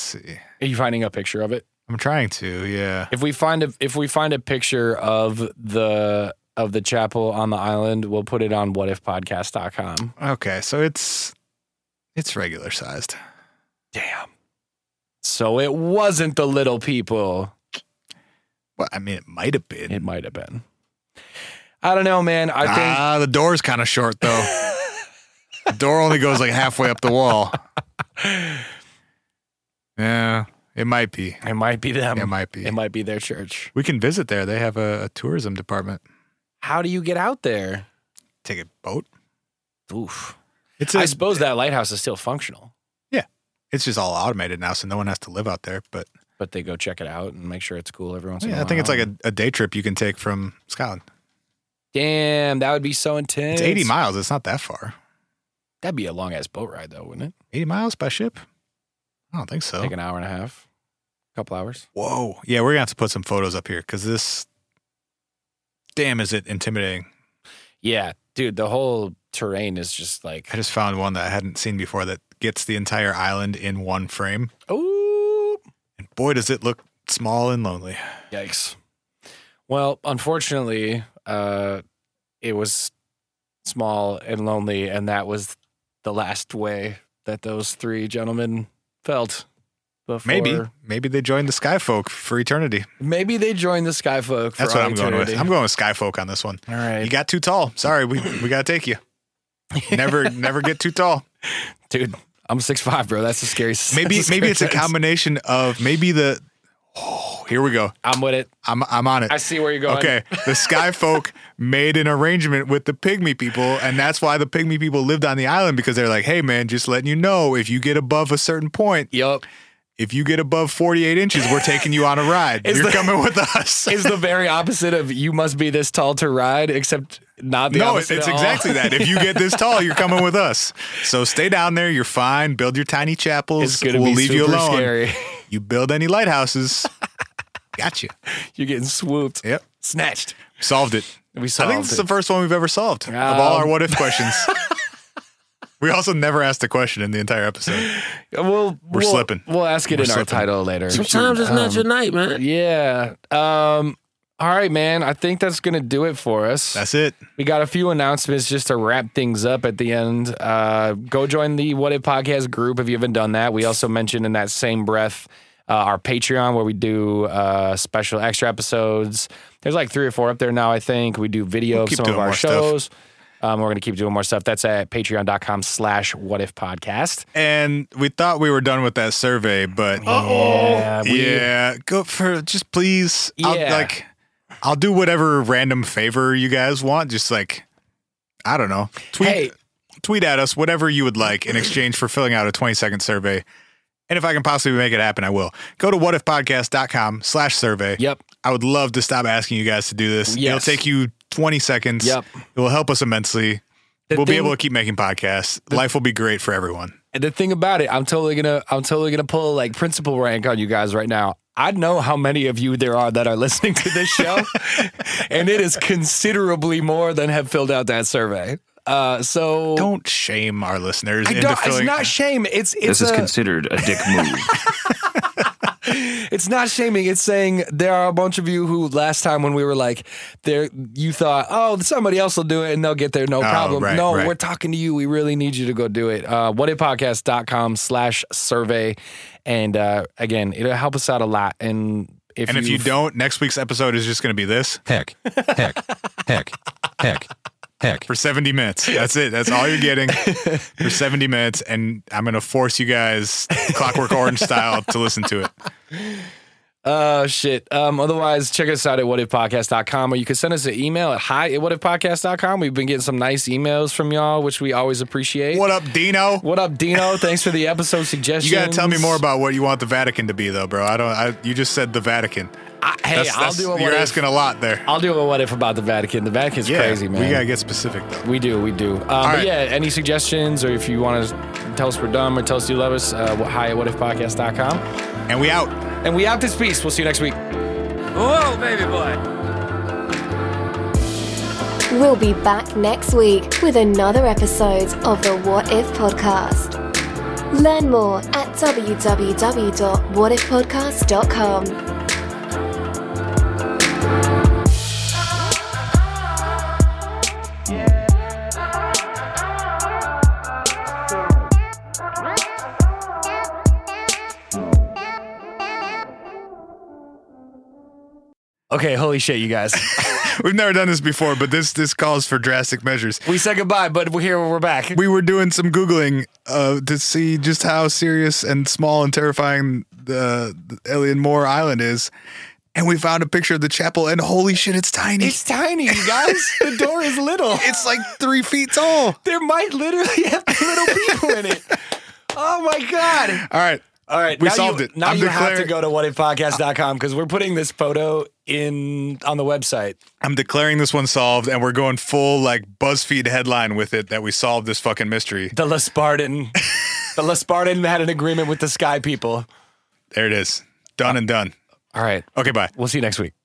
see. Are you finding a picture of it? I'm trying to. Yeah. If we find a if we find a picture of the of the chapel on the island, we'll put it on whatifpodcast.com. Okay. So it's it's regular sized. Damn. So it wasn't the little people. Well, I mean, it might have been. It might have been. I don't know, man. I think ah, the door's kind of short though. the door only goes like halfway up the wall. Yeah, it might be. it might be them. It might be. Um, It might be their church. We can visit there. They have a, a tourism department. How do you get out there? Take a boat. Oof. It's I a, suppose that lighthouse is still functional, it's just all automated now, so no one has to live out there. But but they go check it out and make sure it's cool every once in a yeah, while. I think it's like a, a day trip you can take from Scotland. damn. That would be so intense. It's 80 miles. It's not that far. That'd be a long ass boat ride though, wouldn't it? 80 miles by ship? I don't think so. Take an hour and a half, couple hours. Whoa. Yeah, we're going to have to put some photos up here because this, damn, is it intimidating. Yeah, dude. The whole terrain is just I like just found one that I hadn't seen before that gets the entire island in one frame. oh And boy, does it look small and lonely. Yikes. Well, unfortunately, uh, it was small and lonely, and that was the last way that those three gentlemen felt. Before. Maybe, maybe they joined the Sky Folk for eternity. maybe they joined the Sky Folk. For That's what all I'm going with. eternity. I'm going with Sky Folk on this one. All right, You got too tall. Sorry, we, we got to take you. Never, never get too tall. dude. I'm six five, bro. That's the scariest. Maybe, that's the maybe it's a scariest. combination of maybe the. Oh, here we go. I'm with it. I'm, I'm on it. I see where you're going. Okay, the sky folk made an arrangement with the pygmy people, and that's why the pygmy people lived on the island because they're like, "Hey, man, just letting you know, if you get above a certain point, Yup. if you get above forty-eight inches, we're taking you on a ride. Is You're the- coming with us." Is the very opposite of you must be this tall to ride, except not the no, it's opposite at all. exactly that. If you get this tall, you're coming with us. So stay down there. You're fine. Build your tiny chapels. It's gonna we'll be leave super you alone. scary. You build any lighthouses. Got you. You're getting swooped, Yep. snatched. Solved it. We I solved think it's it. the first one we've ever solved of all our Um, what if questions. we also never asked a question in the entire episode. Uh, we'll, We're we'll- slipping. We'll ask it We're in our slipping. title later. Sometimes it's not Um, your night, man. Yeah. Um. All right, man. I think that's gonna do it for us. That's it. we got a few announcements just to wrap things up at the end. Uh, go join the What If Podcast group if you haven't done that. We also mentioned in that same breath uh, our Patreon where we do uh, special extra episodes. There's like three or four up there now, I think. We do video We'll of keep some of doing our more stuff. shows. Um, we're going to keep doing more stuff. That's at patreon.com slash what if podcast. And we thought we were done with that survey, but Yeah, we- yeah, go for just please. I'll, Yeah. like, I'll do whatever random favor you guys want. Just like, I don't know, tweet Hey. tweet at us whatever you would like in exchange for filling out a 20 second survey. And if I can possibly make it happen, I will. Go to whatifpodcast.com slash survey. Yep. I would love to stop asking you guys to do this. Yes. It'll take you 20 seconds. Yep. It will help us immensely. we'll be thing- able to keep making podcasts. Life will be great for everyone. And the thing about it, I'm totally gonna I'm totally gonna pull like principal rank on you guys right now. I know how many of you there are that are listening to this show, and it is considerably more than have filled out that survey. Uh, so Don't shame our listeners I into don't. It's filling not shame. It's This it's is a, considered a dick move. It's not shaming. It's saying there are a bunch of you who last time when we were like there, you thought, oh, somebody else will do it and they'll get there, no problem. Oh, right, no, right. we're talking to you. We really need you to go do it. Uh, whatifpodcast.com slash survey. And uh, again, it'll help us out a lot. And if And if you you've- don't, next week's episode is just going to be this Heck, heck, heck, heck, heck. for 70 minutes. That's it. That's all you're getting for 70 minutes. And I'm going to force you guys, Clockwork Orange style, to listen to it. Oh, shit. Um, otherwise, check us out at whatifpodcast.com or you can send us an email at hi at whatifpodcast.com. We've been getting some nice emails from y'all, which we always appreciate. What up, Dino? What up, Dino? Thanks for the episode You suggestions. got to tell me more about what you want the Vatican to be, though, bro. I don't. I, you just said the Vatican. I, hey, That's- I'll that's- do a what You're if. asking a lot there. I'll do a what if about the Vatican. The Vatican's Yeah, crazy, man. We gotta get specific though. We do, we do. Um, but right. yeah, any suggestions or if you want to tell us we're dumb or tell us you love us, uh, hi at whatifpodcast.com. And we out. And we out this piece. We'll see you next week. Whoa, baby boy. We'll be back next week with another episode of the What If Podcast. Learn more at www.whatifpodcast.com. Okay, holy shit, you guys. We've never done this before, but this this calls for drastic measures. we said goodbye, but we're here, we're back. We were doing some googling uh, to see just how serious and small and terrifying the, the Alien Moore Island is, and we found a picture of the chapel. And holy shit, it's tiny! It's tiny, you guys. the door is little. it's like three feet tall. There might literally have been little people in it. Oh my god. All right, All right, We now solved you, it. Now I'm you have to declaring- go to whatifpodcast.com because we're putting this photo in on the website. I'm declaring this one solved, and we're going full like BuzzFeed headline with it that we solved this fucking mystery. The Lespartan, the Lespartan had an agreement with the Sky people. There it is, done and done. All right, Okay, bye. we'll see you next week.